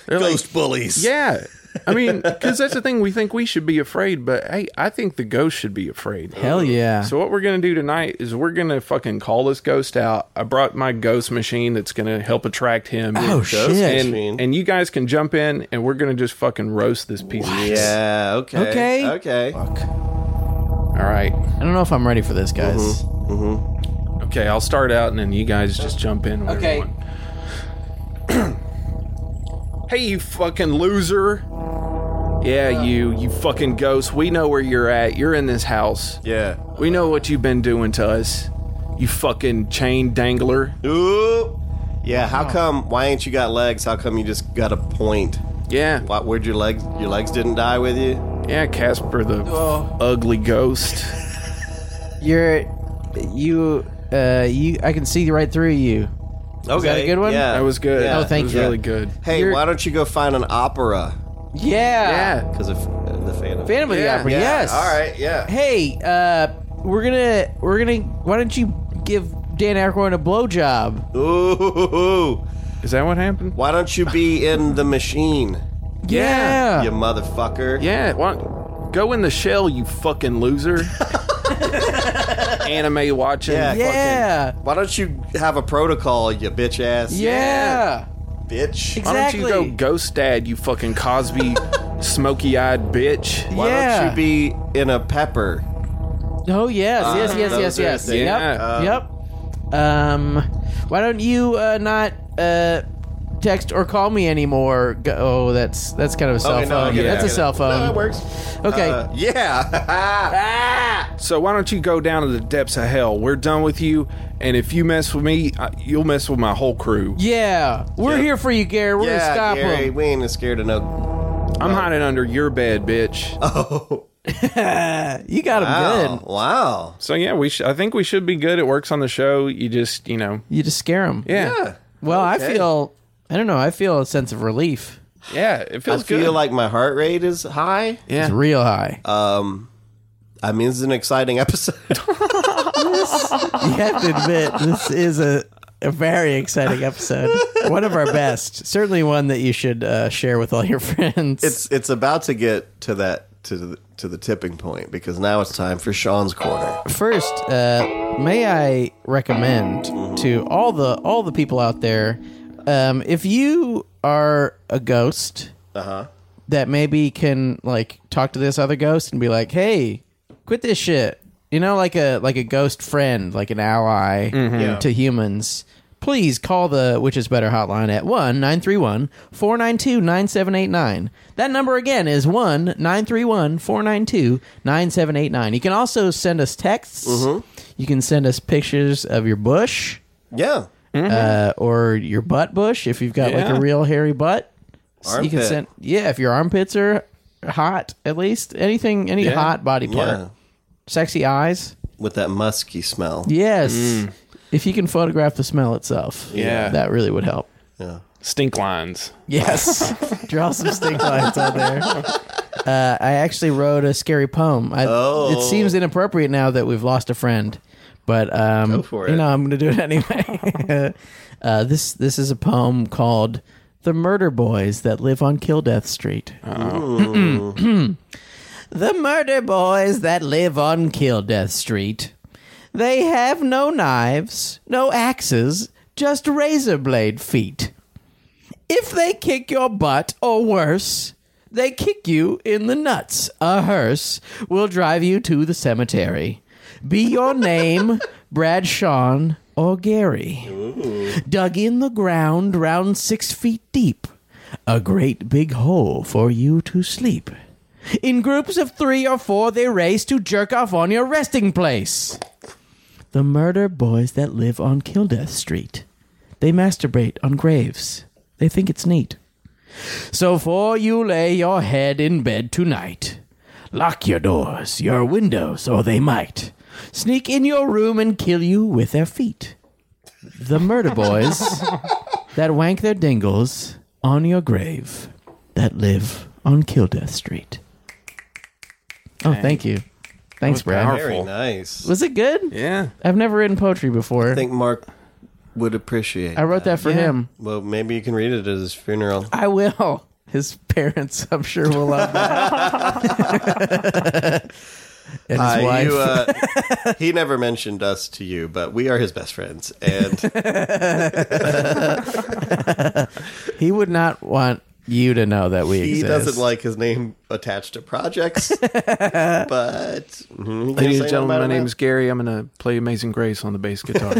Speaker 4: They're like,
Speaker 1: Ghost bullies.
Speaker 4: yeah. I mean, cuz that's the thing we think we should be afraid, but hey, I think the ghost should be afraid.
Speaker 5: Hell yeah.
Speaker 4: So what we're gonna do tonight is we're gonna fucking call this ghost out. I brought my ghost machine that's gonna help attract him.
Speaker 5: oh, shit.
Speaker 4: and,
Speaker 1: machine.
Speaker 4: and you guys can jump in, and we're gonna just fucking roast this piece of shit.
Speaker 1: Yeah. Okay. Okay.
Speaker 5: Okay.
Speaker 4: All right.
Speaker 5: I don't know if I'm ready for this, guys.
Speaker 4: Okay, I'll start out and then you guys just jump in. whenever
Speaker 5: Okay.
Speaker 4: you want. hey, you fucking loser. Yeah, you, you fucking ghost. We know where you're at. You're in this house.
Speaker 1: Yeah.
Speaker 4: We know what you've been doing to us. You fucking chain dangler.
Speaker 1: Ooh. Yeah. How come? Why ain't you got legs? How come you just got a point?
Speaker 4: Yeah.
Speaker 1: Why, where'd your legs? Your legs didn't die with you?
Speaker 4: Yeah, Casper the ugly ghost.
Speaker 5: You're you uh you I can see right through you.
Speaker 1: Okay.
Speaker 5: that a good one?
Speaker 1: Yeah.
Speaker 4: That was good.
Speaker 1: Yeah.
Speaker 5: Oh, thank
Speaker 4: That was
Speaker 5: you.
Speaker 4: really good.
Speaker 1: Hey,
Speaker 5: You're-
Speaker 1: why don't you go find an opera?
Speaker 5: Yeah.
Speaker 4: Yeah.
Speaker 1: Because of uh, the Phantom.
Speaker 5: Phantom of the
Speaker 4: Yeah.
Speaker 5: Opera.
Speaker 1: Yeah.
Speaker 5: Yes.
Speaker 1: All right. Yeah.
Speaker 5: Hey, uh we're gonna we're gonna why don't you give Dan Aykroyd a blowjob?
Speaker 1: Ooh.
Speaker 4: Is that what happened?
Speaker 1: Why don't you be in the machine?
Speaker 5: Yeah.
Speaker 1: You motherfucker.
Speaker 4: Yeah, what? Go in the shell, you fucking loser. Anime watching.
Speaker 1: Yeah.
Speaker 5: Yeah.
Speaker 1: Why don't you have a protocol, you bitch ass?
Speaker 5: Yeah.
Speaker 1: Bitch.
Speaker 5: Exactly.
Speaker 4: Why don't you go ghost dad, you fucking Cosby, smoky eyed bitch?
Speaker 1: Why
Speaker 5: yeah.
Speaker 1: don't you be in a pepper?
Speaker 5: Oh yes, yes, yes,
Speaker 1: those
Speaker 5: yes,
Speaker 1: are
Speaker 5: yes.
Speaker 1: things.
Speaker 5: Yep. yep. Um why don't you uh not uh text or call me anymore? Go- oh, that's that's kind of a cell
Speaker 1: Okay, no, Oh, I
Speaker 5: phone.
Speaker 1: get it, I
Speaker 5: that's a
Speaker 1: get it.
Speaker 5: cell phone.
Speaker 1: No, it works.
Speaker 5: Okay.
Speaker 1: Uh, yeah.
Speaker 4: So why don't you go down to the depths of hell? We're done with you, and if you mess with me, I, you'll mess with my whole crew.
Speaker 5: Yeah, we're here for you, Gary. We're gonna
Speaker 1: yeah,
Speaker 5: stop
Speaker 1: Gary,
Speaker 5: him.
Speaker 1: we ain't scared of no.
Speaker 4: I'm hiding under your bed, bitch.
Speaker 1: Oh,
Speaker 5: You got him
Speaker 1: wow.
Speaker 5: good.
Speaker 1: oh, Wow.
Speaker 4: So yeah, we sh- I think we should be good. It works on the show. You just you know
Speaker 5: You just scare him.
Speaker 4: yeah
Speaker 5: Well, I
Speaker 1: Okay.
Speaker 5: feel. I don't know. I feel a sense of relief.
Speaker 4: yeah, it feels
Speaker 1: I feel
Speaker 4: good.
Speaker 1: like my heart rate is high.
Speaker 5: It's real high.
Speaker 1: I mean, it's an exciting episode.
Speaker 5: you have to admit, this is a, a very exciting episode. one of our best. Certainly one that you should uh, share with all your friends.
Speaker 1: it's it's about to get to that to the, to the tipping point because now it's time for Sean's corner.
Speaker 5: First, uh, may I recommend to all the all the people out there, um, if you are a ghost that maybe can like talk to this other ghost and be like, "Hey, quit this shit," you know, like a like a ghost friend, like an ally to humans. Please call the Which Is Better hotline at 1 931 492 9789. That number again is 1 931 492 9789. You can also send us texts. You can send us pictures of your bush
Speaker 1: Yeah.
Speaker 5: uh, or your butt bush if you've got like
Speaker 4: Yeah.
Speaker 5: a real hairy butt. So You can
Speaker 1: Armpit.
Speaker 5: send, yeah, if your armpits are hot, at least anything, any hot body part,
Speaker 1: Yeah.
Speaker 5: sexy eyes.
Speaker 1: With that musky smell.
Speaker 5: Yes. If you can photograph the smell itself,
Speaker 4: Yeah.
Speaker 5: that really would help.
Speaker 4: Stink lines.
Speaker 5: Yes, draw some stink lines on there. Uh, I actually wrote a scary poem. I,
Speaker 1: Oh.
Speaker 5: It seems inappropriate now that we've lost a friend, but um,
Speaker 1: Go for
Speaker 5: you
Speaker 1: it.
Speaker 5: know I'm going to do it anyway. uh, this this is a poem called "The Murder Boys That Live on Kildeath Street."
Speaker 1: Oh.
Speaker 5: The murder boys that live on Kildeath Street. They have no knives, no axes, just razor blade feet. If they kick your butt, or worse, they kick you in the nuts. A hearse will drive you to the cemetery. Be your name Brad Sean or Gary. Dug in the ground round six feet deep. A great big hole for you to sleep. In groups of three or four, they race to jerk off on your resting place. The murder boys that live on Kildeath Street. They masturbate on graves. They think it's neat. So, for you lay your head in bed tonight, lock your doors, your windows, or they might sneak in your room and kill you with their feet. The murder boys that wank their dingles on your grave that live on Kildeath Street. Oh, thank you. Thanks, Brad.
Speaker 1: Very nice.
Speaker 5: Was it good?
Speaker 4: Yeah.
Speaker 5: I've never written poetry before.
Speaker 1: I think Mark would appreciate.
Speaker 5: I wrote that for him.
Speaker 1: Well, maybe you can read it at his funeral.
Speaker 5: I will. His parents, I'm sure, will love that. and his
Speaker 1: Uh,
Speaker 5: wife.
Speaker 1: you, uh, he never mentioned us to you, but we are his best friends, and
Speaker 5: he would not want you to know that we
Speaker 1: he
Speaker 5: exist.
Speaker 1: doesn't like his name attached to projects. but mm,
Speaker 4: Ladies and gentlemen, my name is Gary. I'm going to play Amazing Grace on the bass guitar.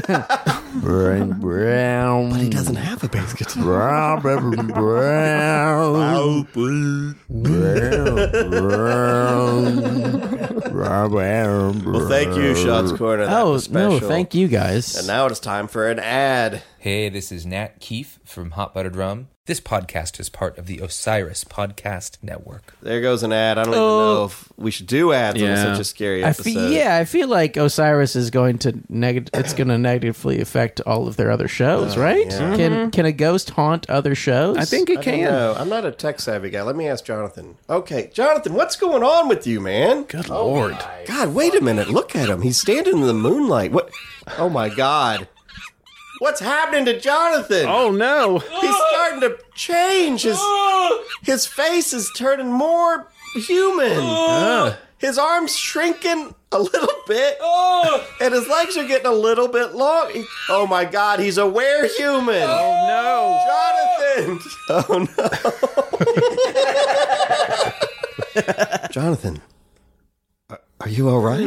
Speaker 5: Brown, brown, but he
Speaker 1: doesn't have a bass guitar.
Speaker 5: brown, brown, brown, brown,
Speaker 1: Well, thank you, Shots Corner. That
Speaker 5: Oh
Speaker 1: was
Speaker 5: no!
Speaker 1: special.
Speaker 5: Thank you guys.
Speaker 1: And now it is time for an ad.
Speaker 9: Hey, this is Nat Keefe from Hot Buttered Rum. This podcast is part of the Osiris Podcast Network.
Speaker 1: There goes an ad. I don't even know if we should do ads on
Speaker 4: Yeah.
Speaker 1: such a scary
Speaker 5: I
Speaker 1: episode.
Speaker 5: feel, yeah, I feel like Osiris is going to neg- It's going to negatively affect all of their other
Speaker 1: Uh,
Speaker 5: shows, right? Can can a ghost haunt other shows?
Speaker 4: I think it
Speaker 1: I don't
Speaker 4: can.
Speaker 1: know. I'm not a tech savvy guy. Let me ask Jonathan. Okay, Jonathan, what's going on with you, man? Good lord. God, wait a minute. Look at him. He's standing in the moonlight. What? Oh my God. What's happening to Jonathan?
Speaker 4: Oh, no.
Speaker 1: He's starting to change. His his face is turning more human. His arms shrinking a little bit, and his legs are getting a little bit long. He- Oh my God, he's a were human.
Speaker 4: No.
Speaker 1: Jonathan! Oh no. Jonathan, are, are you all right?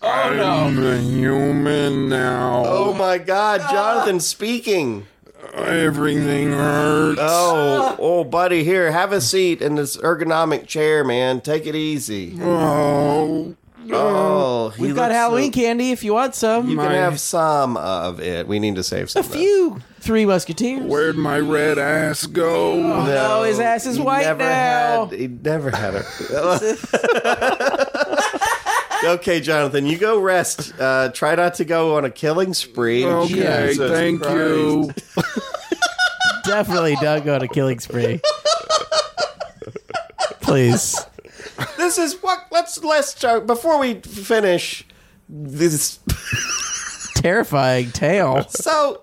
Speaker 4: I'm a human now.
Speaker 1: Oh my God, Jonathan speaking.
Speaker 4: Everything hurts.
Speaker 1: Oh, oh, buddy, here, have a seat in this ergonomic chair, man. Take it easy.
Speaker 4: Oh.
Speaker 1: Oh, he
Speaker 5: we've got
Speaker 1: looks so-
Speaker 5: Halloween candy if you want some.
Speaker 1: You can have some of it. We need to save some.
Speaker 5: a few Three Musketeers.
Speaker 4: Where'd my red ass go?
Speaker 5: No, his ass is
Speaker 1: he
Speaker 5: white
Speaker 1: never
Speaker 5: now.
Speaker 1: Had, he never had it. okay, Jonathan, you go rest. Uh, try not to go on a killing spree.
Speaker 4: Okay,
Speaker 1: Jesus
Speaker 4: thank
Speaker 1: Christ.
Speaker 4: you.
Speaker 5: Definitely don't go to Killing Spree. Please.
Speaker 1: This is what. Let's let's start before we finish this.
Speaker 5: Terrifying tale.
Speaker 1: So,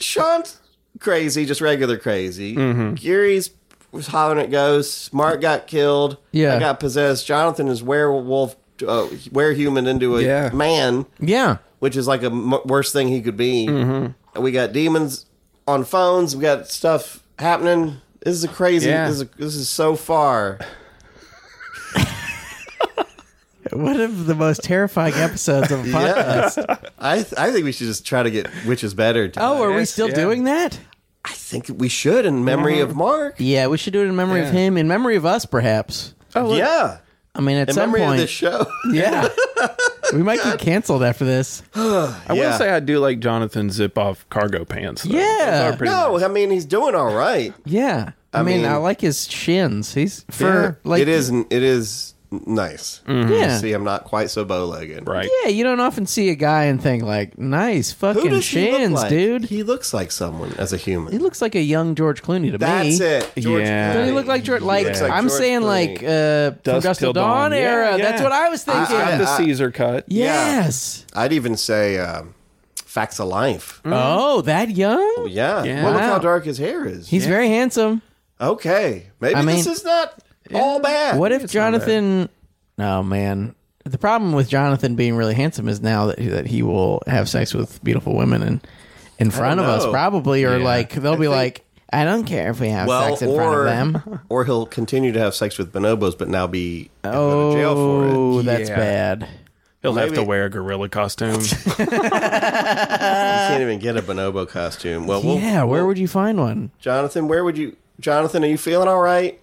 Speaker 1: Sean's crazy, just regular crazy.
Speaker 5: Mm-hmm.
Speaker 1: Gary's was hollering at ghosts. Mark got killed.
Speaker 5: Yeah.
Speaker 1: I got possessed. Jonathan is werewolf, uh, werehuman into a
Speaker 4: Yeah.
Speaker 1: man.
Speaker 5: Yeah.
Speaker 1: which is like a m- worst thing he could be.
Speaker 5: Mm-hmm.
Speaker 1: And We got demons on phones. We got stuff happening. This is a crazy.
Speaker 4: Yeah.
Speaker 1: This, is this is so far.
Speaker 5: One of the most terrifying episodes of a podcast.
Speaker 1: I th- I think we should just try to get witches better. Tonight.
Speaker 5: Oh, are we
Speaker 4: Yes,
Speaker 5: still
Speaker 4: yeah.
Speaker 5: doing that?
Speaker 1: I think we should in memory
Speaker 5: Mm-hmm.
Speaker 1: of Mark.
Speaker 5: Yeah, we should do it in memory of him, in memory of us, perhaps.
Speaker 4: Oh,
Speaker 1: yeah,
Speaker 5: I mean, at
Speaker 1: in
Speaker 5: some
Speaker 1: memory
Speaker 5: point,
Speaker 1: of this show.
Speaker 5: yeah, we might get canceled after this.
Speaker 4: I
Speaker 1: Yeah.
Speaker 4: will say I do like Jonathan zip off cargo pants. Though.
Speaker 5: Yeah.
Speaker 4: Those are pretty
Speaker 1: no, I mean he's doing all right.
Speaker 5: Yeah, I, mean,
Speaker 1: mean-
Speaker 5: I like his shins. He's for like
Speaker 1: it is. It is nice.
Speaker 5: Yeah.
Speaker 1: Mm-hmm. See, I'm not quite so bow legged.
Speaker 4: Mm. Right.
Speaker 5: Yeah, you don't often see a guy and think like, "Nice
Speaker 1: Who
Speaker 5: fucking
Speaker 1: does he look
Speaker 5: shins,
Speaker 1: like?
Speaker 5: dude." He,
Speaker 1: He looks like someone as a human.
Speaker 5: looks like a young George Clooney to me.
Speaker 1: That's it. George
Speaker 6: Yeah.
Speaker 5: Doesn't he
Speaker 1: Clooney.
Speaker 5: look like George? Like,
Speaker 1: Looks like
Speaker 5: I'm
Speaker 1: George
Speaker 5: saying,
Speaker 1: Clooney.
Speaker 5: like uh, from
Speaker 6: Dusk
Speaker 5: Dusk
Speaker 6: till
Speaker 5: till
Speaker 6: Dawn.
Speaker 5: Dawn,
Speaker 6: Yeah,
Speaker 5: era.
Speaker 6: yeah.
Speaker 5: That's what I was
Speaker 1: I-
Speaker 5: thinking.
Speaker 4: Got the Caesar cut.
Speaker 5: yes.
Speaker 1: I'd even say um, facts of life.
Speaker 5: Oh, that young?
Speaker 1: Yeah.
Speaker 4: Mm. Yeah.
Speaker 1: Well, look
Speaker 5: Wow.
Speaker 1: how dark his hair is.
Speaker 5: He's very handsome.
Speaker 1: okay. Maybe
Speaker 5: I
Speaker 1: this
Speaker 5: mean-
Speaker 1: is not all bad.
Speaker 5: What if Jonathan? No, man. The problem with Jonathan being really handsome is now that that he will have sex with beautiful women and in front of us,
Speaker 1: know.
Speaker 5: probably, or like they'll be like, "I don't care if we have
Speaker 1: Well,
Speaker 5: sex in
Speaker 1: or
Speaker 5: front of them."
Speaker 1: or he'll continue to have sex with bonobos, but now be and go to jail for it.
Speaker 5: Oh, that's
Speaker 4: Yeah.
Speaker 5: bad.
Speaker 4: He'll have to
Speaker 1: Maybe-
Speaker 4: wear a gorilla costume.
Speaker 1: You can't even get a bonobo costume. Well, we'll-
Speaker 5: yeah, where would you find one?
Speaker 1: Jonathan, where would you? Jonathan, are you feeling all right?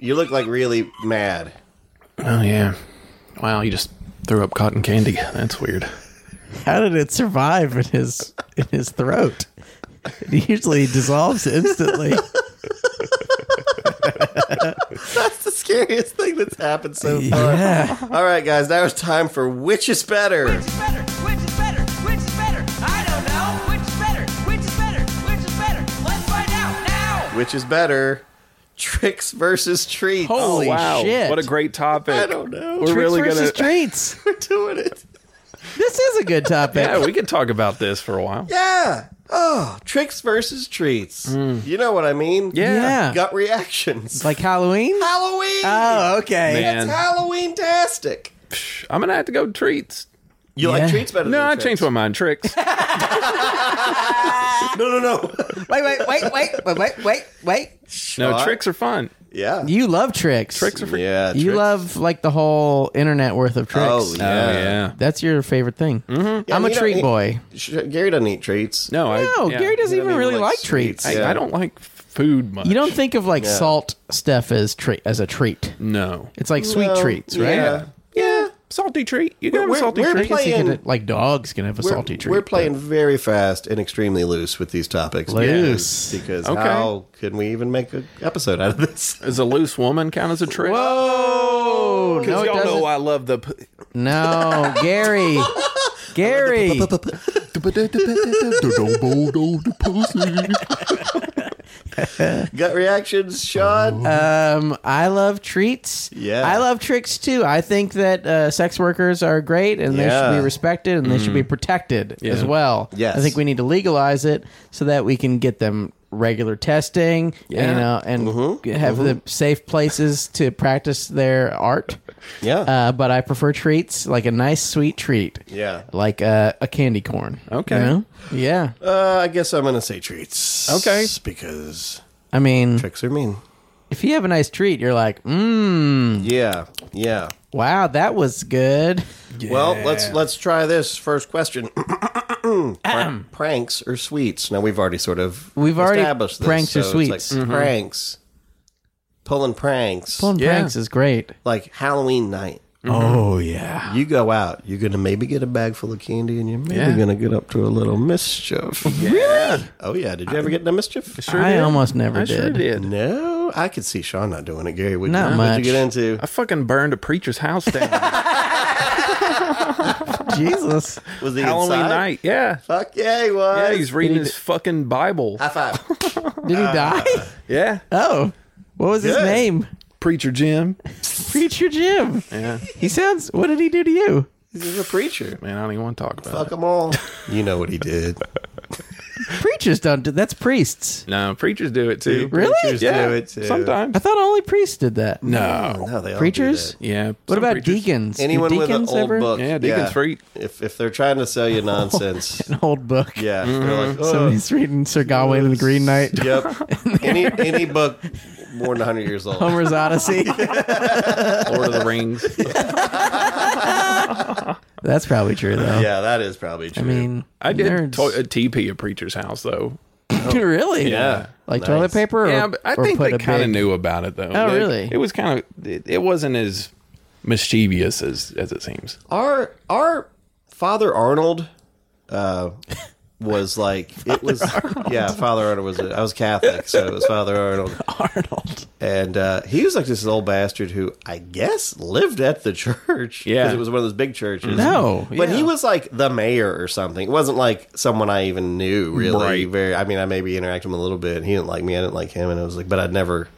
Speaker 1: You look like really mad.
Speaker 4: oh yeah. Wow, you just threw up cotton candy. That's weird.
Speaker 5: How did it survive in his in his throat? It usually dissolves instantly.
Speaker 1: That's the scariest thing that's happened so far.
Speaker 5: yeah.
Speaker 1: All right, guys, now it's time for which is better.
Speaker 10: Which is better? Which is better? Which is better? I don't know. Which is better? Which is better? Which is better? Let's find out now.
Speaker 1: Which is better, tricks versus treats?
Speaker 5: Holy shit!
Speaker 4: What a great topic.
Speaker 1: I don't know.
Speaker 4: We're
Speaker 1: Tricks
Speaker 4: really
Speaker 5: Tricks
Speaker 4: gonna
Speaker 5: versus treats.
Speaker 1: We're doing it.
Speaker 5: This is a good topic.
Speaker 4: Yeah, we could talk about this for a while.
Speaker 1: Yeah. Oh, tricks versus treats. You know what I mean?
Speaker 5: Mm. Yeah.
Speaker 1: Gut reactions.
Speaker 5: Like Halloween?
Speaker 1: Halloween.
Speaker 5: Oh, okay.
Speaker 4: Man.
Speaker 1: It's Halloween tastic.
Speaker 4: I'm gonna have to go treats.
Speaker 1: You
Speaker 5: Yeah.
Speaker 1: like treats better
Speaker 4: No,
Speaker 1: than
Speaker 4: I
Speaker 1: tricks.
Speaker 4: changed my mind. Tricks.
Speaker 1: No, no, no.
Speaker 5: Wait, wait, wait, wait, wait, wait, wait, wait.
Speaker 4: No,
Speaker 1: Sure.
Speaker 4: tricks are fun.
Speaker 1: Yeah.
Speaker 5: You love tricks.
Speaker 4: Tricks are free.
Speaker 1: yeah.
Speaker 5: You
Speaker 1: tricks.
Speaker 5: love like the whole internet worth of tricks.
Speaker 1: Oh,
Speaker 4: Oh,
Speaker 1: yeah.
Speaker 4: yeah.
Speaker 5: That's your favorite thing. Mm-hmm.
Speaker 1: Yeah,
Speaker 5: I'm a
Speaker 1: you know,
Speaker 5: treat
Speaker 1: he-
Speaker 5: boy.
Speaker 1: Sh- Gary doesn't eat treats.
Speaker 4: No, I,
Speaker 5: No,
Speaker 4: yeah.
Speaker 5: Gary doesn't
Speaker 1: Yeah, I
Speaker 5: even
Speaker 1: mean,
Speaker 5: really
Speaker 1: like
Speaker 5: like
Speaker 1: sweets.
Speaker 5: treats.
Speaker 4: I,
Speaker 1: Yeah.
Speaker 4: I don't like food much.
Speaker 5: You don't think of like
Speaker 1: Yeah.
Speaker 5: salt stuff as treat as a treat.
Speaker 4: No.
Speaker 5: It's like sweet
Speaker 1: Well,
Speaker 5: treats, right?
Speaker 1: Yeah. Yeah.
Speaker 4: Salty treat. You can have
Speaker 1: We're-
Speaker 4: a salty
Speaker 1: we're
Speaker 4: treat.
Speaker 5: I guess you
Speaker 1: playing-
Speaker 5: could, like dogs can have a
Speaker 1: We're,
Speaker 5: salty treat.
Speaker 1: we're playing very fast and extremely loose with these topics.
Speaker 5: Loose.
Speaker 1: Because, because
Speaker 4: Okay.
Speaker 1: how can we even make an episode out of this?
Speaker 4: Is a loose woman count as a trick?
Speaker 5: Whoa! No,
Speaker 4: Because
Speaker 5: it
Speaker 4: y'all
Speaker 5: doesn't.
Speaker 4: know I love the. P-
Speaker 5: no, Gary. Gary.
Speaker 1: Gut reactions, Sean?
Speaker 5: Um, I love treats.
Speaker 1: Yeah.
Speaker 5: I love tricks too. I think that uh, sex workers are great and they should
Speaker 1: Yeah. Mm-hmm.
Speaker 5: be respected and they should be protected as well.
Speaker 1: Yes.
Speaker 5: I think we need to legalize it so that we can get them regular testing, you know, and
Speaker 1: Mm-hmm.
Speaker 5: have them safe places to practice their art.
Speaker 1: yeah.
Speaker 5: Uh, but I prefer treats, like a nice sweet treat.
Speaker 1: Yeah.
Speaker 5: Like uh, a candy corn.
Speaker 4: Okay.
Speaker 5: You know? Yeah.
Speaker 1: Uh, I guess I'm gonna say treats.
Speaker 4: Okay.
Speaker 1: because
Speaker 5: I mean,
Speaker 1: tricks are mean.
Speaker 5: if you have a nice treat, you're like, mmm,
Speaker 1: Yeah, yeah.
Speaker 5: wow, that was good.
Speaker 1: Well, let's let's try this first question. Prank- pranks or sweets? Now we've already sort of
Speaker 5: We've already
Speaker 1: established this,
Speaker 5: pranks or
Speaker 1: so it's
Speaker 5: sweets. Mm-hmm.
Speaker 1: Like Pranks, pulling pranks,
Speaker 5: Pulling
Speaker 4: Yeah.
Speaker 5: pranks is great.
Speaker 1: like Halloween night.
Speaker 5: Oh yeah.
Speaker 1: You go out. You're gonna maybe get a bag full of candy, and you're maybe
Speaker 4: Yeah.
Speaker 1: gonna get up to a little mischief.
Speaker 4: yeah.
Speaker 1: oh yeah, did you ever get into mischief?
Speaker 4: Sure
Speaker 5: I
Speaker 4: did.
Speaker 5: almost never
Speaker 4: I
Speaker 5: did.
Speaker 4: sure did.
Speaker 1: No, I could see Sean not doing it. Gary, what
Speaker 5: Not
Speaker 1: would
Speaker 5: much.
Speaker 1: you get into?
Speaker 4: I fucking burned a preacher's house down
Speaker 5: Jesus.
Speaker 1: Was he
Speaker 4: Halloween
Speaker 1: inside?
Speaker 4: night. Yeah.
Speaker 1: Fuck yeah, he was.
Speaker 4: Yeah, he's reading his fucking Bible.
Speaker 1: High five.
Speaker 5: Did
Speaker 4: Uh,
Speaker 5: he die?
Speaker 4: Yeah.
Speaker 5: Oh. What was his
Speaker 1: Good.
Speaker 5: name?
Speaker 4: Preacher Jim.
Speaker 5: Preacher Jim.
Speaker 4: Yeah.
Speaker 5: He sounds what did he do to you?
Speaker 1: He's a preacher.
Speaker 4: Man, I don't even want to talk about
Speaker 1: Fuck them all. You know what he did.
Speaker 5: Preachers don't do that's priests.
Speaker 4: it. No, preachers do it too.
Speaker 5: Really?
Speaker 1: Preachers
Speaker 4: Yeah. Oh.
Speaker 1: do it too.
Speaker 4: Sometimes.
Speaker 5: I thought only priests did that.
Speaker 4: No.
Speaker 1: No, they all
Speaker 5: Preachers?
Speaker 1: do
Speaker 4: Yeah.
Speaker 5: What
Speaker 4: some
Speaker 5: about
Speaker 4: preachers-
Speaker 5: deacons?
Speaker 1: that.
Speaker 5: Do
Speaker 1: Anyone with an
Speaker 5: deacons
Speaker 1: old
Speaker 5: ever- Oh,
Speaker 1: book.
Speaker 4: Yeah, Deacon's free.
Speaker 1: If if they're trying to sell you nonsense,
Speaker 5: An old book.
Speaker 1: yeah,
Speaker 4: Mm-hmm.
Speaker 1: they're like,
Speaker 5: So
Speaker 1: oh,
Speaker 5: he's reading Sir Gawain and the Green Knight.
Speaker 1: yep. Any any book more than hundred years old.
Speaker 5: Homer's Odyssey.
Speaker 4: Lord of the Rings.
Speaker 5: That's probably true though.
Speaker 1: Yeah, that is probably true.
Speaker 5: I mean,
Speaker 4: I did
Speaker 5: nerds.
Speaker 4: to- uh, a TP a preacher's house though.
Speaker 5: really?
Speaker 4: Yeah.
Speaker 5: Like toilet paper? Or,
Speaker 4: yeah, but I
Speaker 5: or
Speaker 4: think
Speaker 5: put
Speaker 4: they
Speaker 5: a
Speaker 4: kind of
Speaker 5: big-
Speaker 4: knew about it though.
Speaker 5: Oh,
Speaker 4: They-
Speaker 5: really?
Speaker 4: It was kind of. It, it wasn't as mischievous as as it seems.
Speaker 1: our our father Arnold uh, was like it was yeah father arnold was a, i was catholic so it was father arnold arnold and uh, he was like this old bastard who i guess lived at the church
Speaker 4: Yeah.
Speaker 1: it was one of those big churches
Speaker 5: No,
Speaker 1: but
Speaker 5: yeah.
Speaker 1: he was like the mayor or something it wasn't like someone i even knew really very i mean i maybe interacted with him a little bit and he didn't like me i didn't like him and it was like but i'd never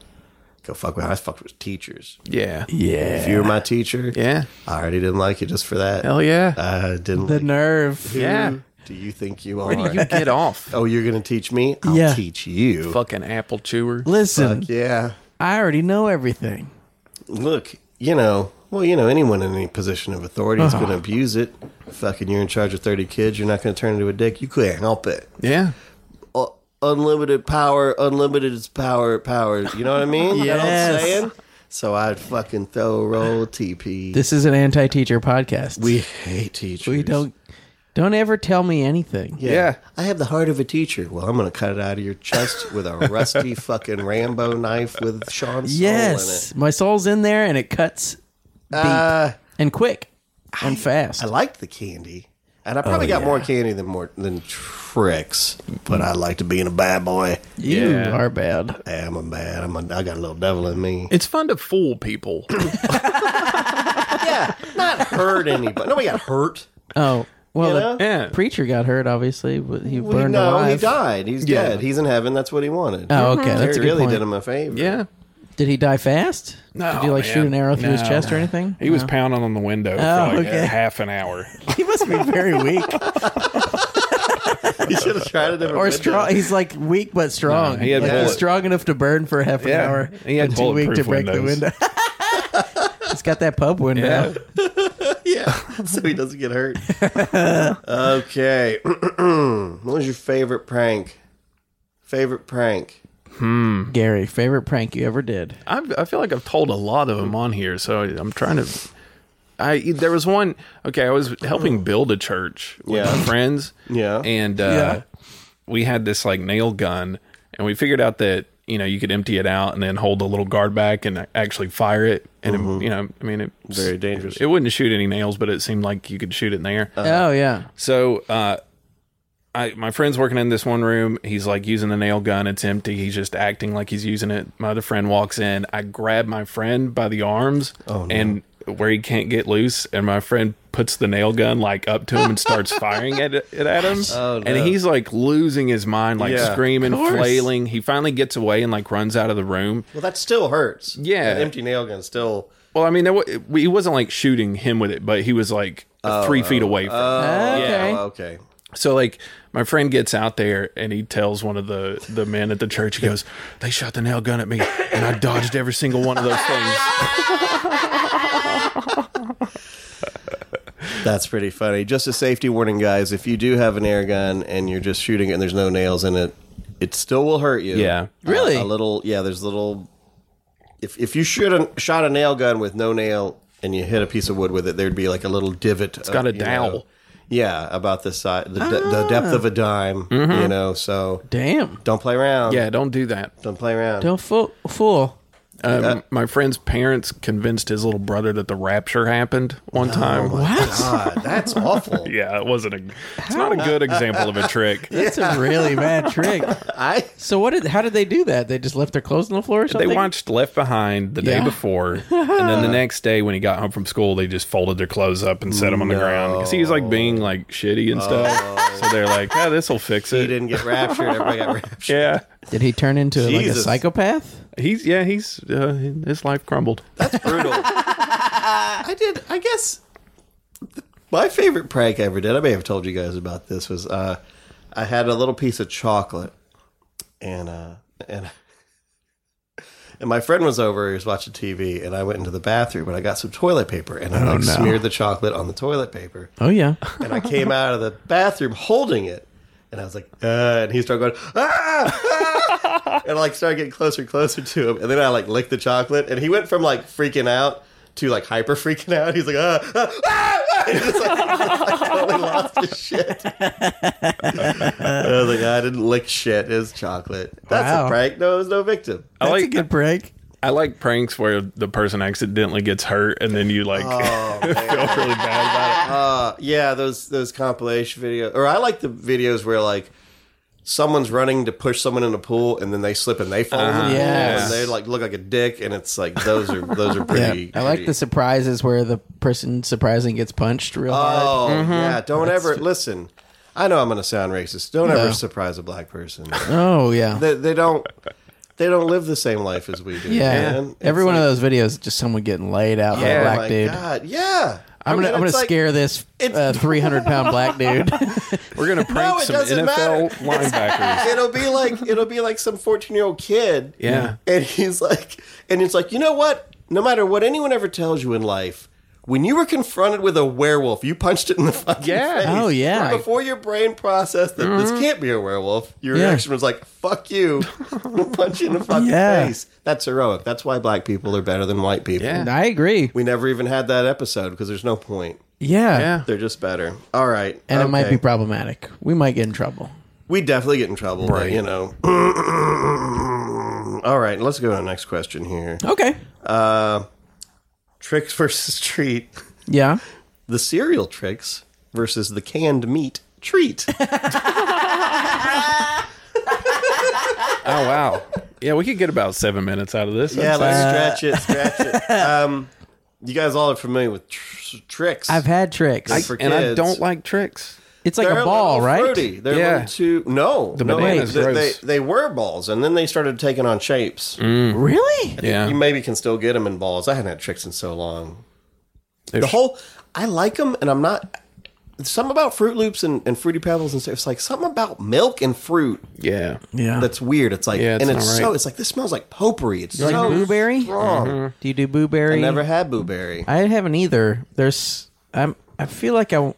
Speaker 1: go fuck with i fucked with teachers
Speaker 4: Yeah.
Speaker 1: if you were my teacher
Speaker 4: Yeah.
Speaker 1: i already didn't like you just for that
Speaker 4: Hell yeah.
Speaker 1: i didn't
Speaker 5: The
Speaker 1: like
Speaker 5: nerve.
Speaker 1: who
Speaker 4: Yeah.
Speaker 1: do you think you are
Speaker 4: Where do you get off?
Speaker 1: Oh, you're gonna teach me? I'll
Speaker 5: Yeah.
Speaker 1: teach you.
Speaker 4: Fucking apple chewer.
Speaker 5: Listen,
Speaker 1: Fuck yeah.
Speaker 5: I already know everything.
Speaker 1: Look, you know, well, you know, anyone in any position of authority is
Speaker 5: Uh-huh.
Speaker 1: gonna abuse it. Fucking, you're in charge of thirty kids. You're not gonna turn into a dick. You couldn't help it.
Speaker 4: Yeah.
Speaker 1: Uh, unlimited power, unlimited is power, power. You know what I mean? You know what I'm
Speaker 5: Yes.
Speaker 1: saying? So I'd fucking throw roll TP.
Speaker 5: This is an anti-teacher podcast.
Speaker 1: we hate teachers.
Speaker 5: we don't don't ever tell me anything.
Speaker 1: Yeah. I have the heart of a teacher. Well, I'm going to cut it out of your chest with a rusty fucking Rambo knife with Sean's soul in it.
Speaker 5: Yes, my soul's in there, and it cuts deep
Speaker 1: Ah.
Speaker 5: and quick and fast.
Speaker 1: I liked the candy, and I probably
Speaker 5: Oh,
Speaker 1: got more candy than more than tricks. But I like to being a bad boy.
Speaker 5: you
Speaker 4: Yeah.
Speaker 5: are bad.
Speaker 1: I'm a bad. I'm a. I got a little devil in me.
Speaker 4: It's fun to fool people.
Speaker 1: yeah, not hurt anybody. Nobody got hurt.
Speaker 5: Oh well,
Speaker 1: You
Speaker 5: the
Speaker 1: know?
Speaker 4: Yeah.
Speaker 5: preacher got hurt. Obviously, but he
Speaker 1: Well,
Speaker 5: burned
Speaker 1: no,
Speaker 5: alive.
Speaker 1: he died. He's
Speaker 4: Yeah.
Speaker 1: dead. He's in heaven. That's what he wanted.
Speaker 5: Oh, okay, that's a
Speaker 1: Terry
Speaker 5: good
Speaker 1: really
Speaker 5: point.
Speaker 1: did him a favor.
Speaker 4: Yeah.
Speaker 5: Did he die fast?
Speaker 4: No,
Speaker 5: Did you like shoot
Speaker 4: man.
Speaker 5: an arrow through his
Speaker 4: No.
Speaker 5: chest or anything?
Speaker 6: He was pounding on the window for like
Speaker 5: okay.
Speaker 6: half an hour.
Speaker 5: he must be very weak
Speaker 1: he should have tried it. in a
Speaker 5: or
Speaker 1: window.
Speaker 5: strong. He's like weak but strong.
Speaker 6: he had
Speaker 5: like he's
Speaker 6: bullet-
Speaker 5: strong enough to burn for half an
Speaker 6: Yeah,
Speaker 5: hour.
Speaker 6: he had
Speaker 5: but too weak to
Speaker 6: bulletproof
Speaker 5: break the window.
Speaker 6: windows.
Speaker 5: it's got that pub window.
Speaker 1: yeah, so he doesn't get hurt. okay, what was your favorite prank? Favorite prank?
Speaker 5: Gary, favorite prank you ever did?
Speaker 4: I've, I feel like I've told a lot of them on here, so I'm trying to. I there was one. Okay, I was helping build a church with
Speaker 1: Yeah.
Speaker 4: my friends.
Speaker 1: Yeah.
Speaker 4: and uh, we had this like nail gun, and we figured out that you know you could empty it out and then hold the little guard back and actually fire it. And
Speaker 6: Mm-hmm.
Speaker 4: it, you know, I mean, it
Speaker 1: Very dangerous.
Speaker 4: It wouldn't shoot any nails, but it seemed like you could shoot it in the air.
Speaker 5: oh yeah,
Speaker 4: So, uh, I my friend's working in this one room. He's like using the nail gun. It's empty. He's just acting like he's using it. My other friend walks in. I grab my friend by the arms
Speaker 1: Oh,
Speaker 4: and where he can't get loose. And my friend puts the nail gun like up to him and starts firing at it it at him.
Speaker 1: Oh, no.
Speaker 4: And he's like losing his mind, like
Speaker 1: Yeah.
Speaker 4: screaming,
Speaker 5: Of course.
Speaker 4: flailing. He finally gets away and like runs out of the room.
Speaker 1: Well, that still hurts.
Speaker 4: Yeah.
Speaker 1: An empty nail gun still.
Speaker 4: Well, I mean, there wa- he wasn't like shooting him with it, but he was like three feet away from. him.
Speaker 5: okay.
Speaker 1: Oh, okay.
Speaker 4: So like my friend gets out there and he tells one of the the men at the church, he goes, They shot the nail gun at me and I dodged every single one of those things.
Speaker 1: That's pretty funny. Just a safety warning, guys. If you do have an air gun and you're just shooting it and there's no nails in it, it still will hurt you. Uh,
Speaker 4: Yeah.
Speaker 5: Really?
Speaker 1: A, a little. Yeah. There's little. If if you shoot a, shot a nail gun with no nail and you hit a piece of wood with it, there'd be like a little divot. It's
Speaker 4: got a dowel.
Speaker 1: yeah, about the size, the, de- the depth of a dime. You know, so
Speaker 5: Damn.
Speaker 1: don't play around.
Speaker 4: Mm-hmm. Yeah, don't do that.
Speaker 1: Don't play around.
Speaker 5: Don't fool. fool.
Speaker 4: Um, my friend's parents convinced his little brother that the rapture happened one time.
Speaker 1: God, that's awful.
Speaker 4: Yeah, it wasn't a it's not a good example of a trick.
Speaker 5: That's a really bad trick.
Speaker 1: I
Speaker 5: So what did? How did they do that? They just left their clothes on the floor or
Speaker 4: They
Speaker 5: something?
Speaker 4: watched Left Behind the day
Speaker 5: Yeah.
Speaker 4: before, and then the next day when he got home from school, they just folded their clothes up and set him on the ground because he was like being like shitty and stuff. So they're like, "Yeah, this will fix
Speaker 1: he
Speaker 4: it."
Speaker 1: didn't get raptured. Everybody got raptured.
Speaker 4: Yeah,
Speaker 5: Did he turn into like a
Speaker 1: Jesus.
Speaker 5: psychopath?
Speaker 4: He's yeah, he's uh, his life crumbled.
Speaker 1: brutal. I did. I guess my favorite prank I ever did. I may have told you guys about this. Was uh, I had a little piece of chocolate, and uh, and and my friend was over. He was watching TV, and I went into the bathroom, and I got some toilet paper, and I like, smeared the chocolate on the toilet paper
Speaker 5: Oh yeah.
Speaker 1: and I came out of the bathroom holding it. And I was like, uh, and he started going, ah, ah," and I like started getting closer and closer to him. And then I like licked the chocolate, and he went from like freaking out to like hyper freaking out. He's like, ah, ah, ah, ah," and just, like, like, totally lost his shit. I was like, I didn't lick shit. It was chocolate. That's
Speaker 5: Wow.
Speaker 1: a prank. No, it was no victim.
Speaker 5: That's a good prank.
Speaker 4: I like pranks where the person accidentally gets hurt and then you like feel really bad about it.
Speaker 1: Uh, yeah, those those compilation videos, or I like the videos where like someone's running to push someone in the pool and then they slip and they fall in the
Speaker 5: Uh-huh.
Speaker 1: pool
Speaker 5: Yes.
Speaker 1: and they like look like a dick, and it's like those are those are
Speaker 5: Yeah.
Speaker 1: pretty.
Speaker 5: I like
Speaker 1: pretty-
Speaker 5: the surprises where the person surprising gets punched real
Speaker 6: Uh,
Speaker 5: hard.
Speaker 1: Oh yeah, don't ever listen. I know I'm going to sound racist. Don't
Speaker 5: No.
Speaker 1: ever surprise a black person.
Speaker 5: Oh yeah,
Speaker 1: they, they don't they don't live the same life as we do.
Speaker 5: yeah.
Speaker 1: man. It's
Speaker 5: Every one
Speaker 1: like,
Speaker 5: of those videos, is just someone getting laid out by
Speaker 1: Yeah,
Speaker 5: a black
Speaker 1: my
Speaker 5: dude.
Speaker 1: God, yeah. I
Speaker 5: I'm gonna
Speaker 1: mean,
Speaker 5: I'm gonna
Speaker 1: it's like-
Speaker 5: scare this uh, 300 pound black dude.
Speaker 4: We're gonna prank
Speaker 1: No, it
Speaker 4: some
Speaker 1: doesn't
Speaker 4: NFL
Speaker 1: matter.
Speaker 4: linebackers.
Speaker 1: It'll be like it'll be like some 14 year old kid.
Speaker 4: Yeah.
Speaker 1: and he's like, and it's like, you know what? No matter what anyone ever tells you in life. When you were confronted with a werewolf, you punched it in the fucking
Speaker 4: Yeah.
Speaker 1: face.
Speaker 5: Oh, yeah. Mm-hmm.
Speaker 1: Or Before your brain processed that this can't be a werewolf, your
Speaker 5: Yeah.
Speaker 1: reaction was like, "Fuck you!" punch you in the fucking
Speaker 5: Yeah.
Speaker 1: face. That's heroic. That's why black people are better than white people.
Speaker 4: Yeah.
Speaker 5: I agree.
Speaker 1: We never even had that episode because there's no point.
Speaker 5: Yeah,
Speaker 4: Yeah.
Speaker 1: They're just better. All right.
Speaker 5: and it might
Speaker 1: okay.
Speaker 5: be problematic. We might get in trouble.
Speaker 1: We definitely get in trouble, but, you know. All right, let's go to the next question here.
Speaker 5: Okay.
Speaker 1: Tricks versus treat.
Speaker 5: Yeah.
Speaker 1: The cereal tricks versus the canned meat treat.
Speaker 4: Oh wow. Yeah, we could get about seven minutes out of this.
Speaker 1: yeah,
Speaker 5: Uh,
Speaker 1: let's stretch it, stretch it. Um, you guys all are familiar with tr- tricks.
Speaker 5: I've had tricks.
Speaker 1: I-
Speaker 4: and I
Speaker 1: kids.
Speaker 4: don't like tricks.
Speaker 5: it's like
Speaker 1: They're
Speaker 5: a ball,
Speaker 1: little
Speaker 5: right?
Speaker 1: Fruity. They're
Speaker 4: Yeah.
Speaker 1: little too. No,
Speaker 4: The
Speaker 1: no,
Speaker 4: banana's
Speaker 1: they, they,
Speaker 4: gross.
Speaker 1: they were balls, and then they started taking on shapes.
Speaker 5: Really?
Speaker 4: Yeah.
Speaker 1: You maybe can still get them in balls. I haven't had tricks in so long.
Speaker 4: There's-
Speaker 1: the whole, I like them, and I'm not. Something about Fruit Loops and, and Fruity Pebbles and stuff. It's like something about milk and fruit
Speaker 4: yeah.
Speaker 5: Yeah.
Speaker 1: that's weird. It's like,
Speaker 4: Yeah, it's
Speaker 1: and
Speaker 4: not
Speaker 1: it's so.
Speaker 4: right. Mm-hmm.
Speaker 1: It's like this smells like potpourri. It's
Speaker 5: like
Speaker 1: so
Speaker 5: blueberry?
Speaker 1: strong.
Speaker 5: Do you do blueberry?
Speaker 1: I never had blueberry.
Speaker 5: I haven't either. There's I'm I feel like I w-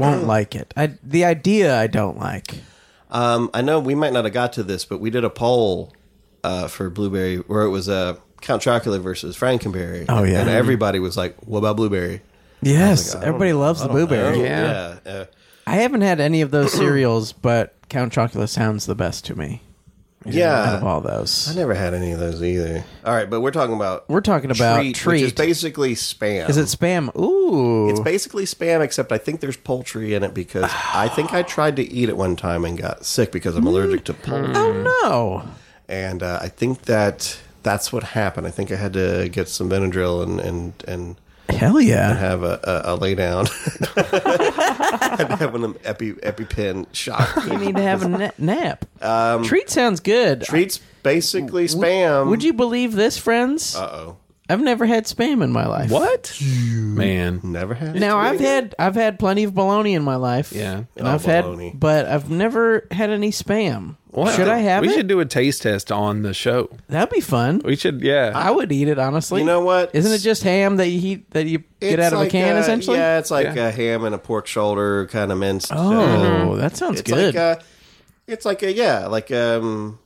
Speaker 5: won't like it. I the idea I don't like.
Speaker 1: Um, I know we might not have got to this, but we did a poll uh, for blueberry where it was uh, Count Chocula versus Frankenberry.
Speaker 5: Oh, yeah.
Speaker 1: and everybody was like, "What about blueberry?"
Speaker 5: Yes, everybody loves the blueberry.
Speaker 1: Yeah, yeah. uh,
Speaker 5: I haven't had any of those cereals, but Count Chocula sounds the best to me out
Speaker 1: yeah.
Speaker 5: of all
Speaker 1: I
Speaker 5: those.
Speaker 1: never had any of those either. All right, but we're talking about
Speaker 5: We're talking about
Speaker 1: which is
Speaker 5: treat.
Speaker 1: basically spam.
Speaker 5: Is it spam? Ooh.
Speaker 1: It's basically spam, except I think there's poultry in it because I think I tried to eat it one time and got sick because I'm allergic to poultry,
Speaker 5: Mm. no.
Speaker 1: and uh, I think that that's what happened. I think I had to get some Benadryl and and and
Speaker 5: Hell yeah.
Speaker 1: have a, a, a lay down. Had to have one of them epi EpiPen shock.
Speaker 5: You need to have a na- nap. treat sounds good.
Speaker 1: Treats basically spam.
Speaker 5: Would you believe this, friends?
Speaker 1: um, Uh oh.
Speaker 5: I've never had spam in my life.
Speaker 4: What? Man.
Speaker 1: Never had.
Speaker 5: Now I've had I've had plenty of bologna in my life.
Speaker 4: Yeah.
Speaker 5: and
Speaker 1: Oh,
Speaker 5: I've
Speaker 1: bologna.
Speaker 5: had, but I've never had any spam.
Speaker 4: What?
Speaker 5: Should I have
Speaker 4: we
Speaker 5: it?
Speaker 4: should do a taste test on the show.
Speaker 5: That'd be fun.
Speaker 4: We should yeah.
Speaker 5: I would eat it honestly.
Speaker 1: You know what?
Speaker 5: Isn't it just ham that you heat that you get
Speaker 1: It's
Speaker 5: out of
Speaker 1: like
Speaker 5: a can
Speaker 1: uh,
Speaker 5: essentially?
Speaker 1: Yeah, it's like
Speaker 4: Yeah.
Speaker 1: a ham and a pork shoulder kind of minced.
Speaker 5: Oh,
Speaker 1: uh,
Speaker 5: that sounds
Speaker 1: it's
Speaker 5: good.
Speaker 1: like uh, a, it's like a yeah, like um,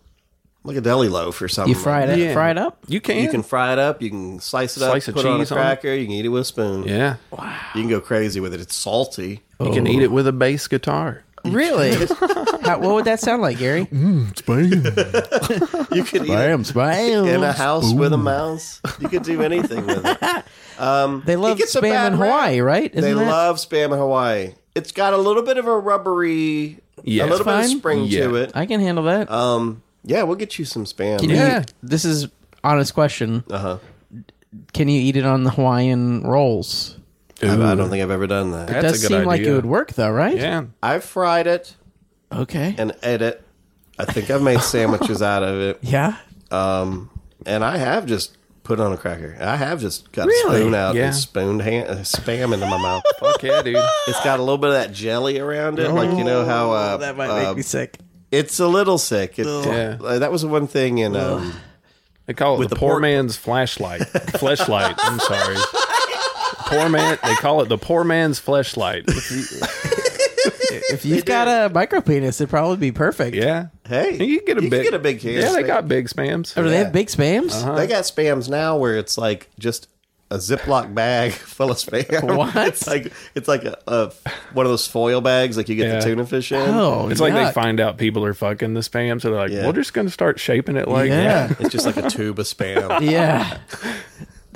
Speaker 1: like a deli loaf or something.
Speaker 5: you fry it,
Speaker 1: like
Speaker 5: up fry it up.
Speaker 4: you can
Speaker 1: that. You can fry it up. You can slice it
Speaker 4: Slice
Speaker 1: up.
Speaker 4: of
Speaker 1: Put it on a
Speaker 4: cheese on it.
Speaker 1: cracker. You can eat it with a spoon.
Speaker 4: Yeah. Oh.
Speaker 1: You can go crazy with it. It's salty.
Speaker 4: You can eat it with a bass guitar.
Speaker 5: Really? How, what would that sound like, Gary?
Speaker 7: Spam.
Speaker 1: You can eat it
Speaker 5: Spam, spam.
Speaker 1: in a house with a mouse. You could do anything with it. Um,
Speaker 5: they love
Speaker 1: gets a
Speaker 5: spam
Speaker 1: bad
Speaker 5: in
Speaker 1: rap.
Speaker 5: Hawaii, right? Isn't
Speaker 1: they
Speaker 5: that-
Speaker 1: love spam in Hawaii. It's got a little bit of a rubbery, a
Speaker 4: Yeah.
Speaker 1: little bit of
Speaker 5: Fine.
Speaker 1: spring to
Speaker 4: Yeah.
Speaker 1: it.
Speaker 5: I can handle that.
Speaker 1: Um, Yeah, we'll get you some spam.
Speaker 5: Can you-
Speaker 4: Yeah.
Speaker 5: this is honest question.
Speaker 1: Uh-huh.
Speaker 5: Can you eat it on the Hawaiian rolls?
Speaker 1: I, I don't think I've ever done that.
Speaker 5: It
Speaker 4: That's
Speaker 5: does
Speaker 4: a good
Speaker 5: seem like it
Speaker 4: idea.
Speaker 5: would work though, right?
Speaker 4: Yeah.
Speaker 1: I've fried it
Speaker 5: Okay.
Speaker 1: and ate it. I think I've made sandwiches out of it.
Speaker 5: yeah.
Speaker 1: Um, and I have just put it on a cracker. I have just got a
Speaker 5: Really?
Speaker 1: spoon out
Speaker 4: Yeah.
Speaker 1: and spooned hand, uh, spam into my mouth.
Speaker 4: Fuck yeah, dude.
Speaker 1: it's got a little bit of that jelly around it, like you
Speaker 4: Oh,
Speaker 1: know how uh,
Speaker 5: that might
Speaker 1: uh,
Speaker 5: make me sick.
Speaker 1: it's a little sick. It,
Speaker 4: Yeah.
Speaker 1: uh, that was the one thing in um,
Speaker 4: They call it
Speaker 1: With
Speaker 4: the,
Speaker 1: the
Speaker 4: poor
Speaker 1: pork-
Speaker 4: man's flashlight. fleshlight. I'm sorry. Poor man. They call it the poor man's fleshlight.
Speaker 5: If you've got a micro penis, it'd probably be perfect.
Speaker 4: Yeah.
Speaker 1: Hey,
Speaker 4: You can get a
Speaker 1: you can
Speaker 4: big.
Speaker 1: get a big can
Speaker 4: Yeah,
Speaker 1: of
Speaker 4: they
Speaker 1: spam.
Speaker 4: got big spams.
Speaker 1: Uh-huh.
Speaker 5: Oh, do they have big spams?
Speaker 1: They got spams now where it's like just a Ziploc bag full of spam.
Speaker 5: What?
Speaker 1: It's like it's like a, a one of those foil bags like you get
Speaker 4: Yeah.
Speaker 1: the tuna fish in.
Speaker 5: Oh.
Speaker 4: it's like they find out people are fucking the spam, so they're like,
Speaker 1: Oh, Yeah.
Speaker 4: "We're just going to start shaping it like
Speaker 5: Yeah.
Speaker 4: that."
Speaker 1: It's just like a tube of spam.
Speaker 5: Yeah.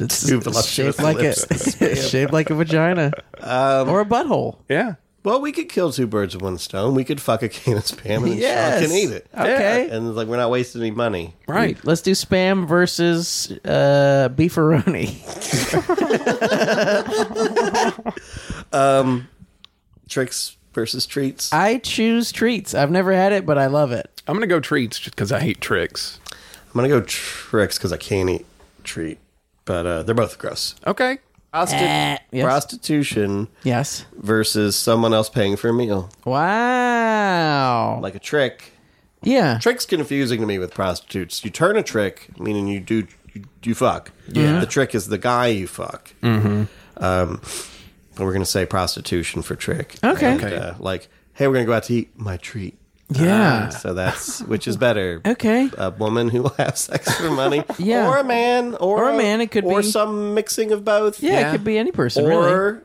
Speaker 5: It's
Speaker 1: Tube of luscious
Speaker 5: shaped like
Speaker 1: lips Um, of
Speaker 5: a
Speaker 1: spam.
Speaker 5: shaped like a vagina or a butthole.
Speaker 4: Yeah.
Speaker 1: Well, we could kill two birds with one stone. We could fuck a can of spam and
Speaker 5: Yes.
Speaker 1: yes. can eat it.
Speaker 5: Okay.
Speaker 1: And it's like we're not wasting any money.
Speaker 4: Right.
Speaker 5: Let's do spam versus uh, beefaroni.
Speaker 1: Tricks versus treats.
Speaker 5: I choose treats. I've never had it, but I love it.
Speaker 4: I'm going to go treats just because I hate tricks.
Speaker 1: I'm gonna go tricks because I can't eat treat, but uh, they're both gross.
Speaker 4: Okay.
Speaker 1: Prosti-
Speaker 5: Uh, yes.
Speaker 1: Prostitution
Speaker 5: Yes.
Speaker 1: versus someone else paying for a meal,
Speaker 5: Wow.
Speaker 1: like a trick.
Speaker 5: yeah.
Speaker 1: Trick's confusing to me with prostitutes. You turn a trick, meaning you do you, you fuck. Yeah. The trick is the guy you fuck. Mm-hmm. Um, but we're gonna say prostitution for trick.
Speaker 5: Okay.
Speaker 1: And, uh, like, hey, we're gonna go out to eat my treat. Uh,
Speaker 5: yeah.
Speaker 1: So that's which is better.
Speaker 5: Okay.
Speaker 1: A woman who will have sex for money,
Speaker 5: Yeah.
Speaker 1: or a man, or,
Speaker 5: Or a man, it could
Speaker 1: or
Speaker 5: be.
Speaker 1: some mixing of both,
Speaker 5: yeah, It could be any person,
Speaker 1: or
Speaker 5: really.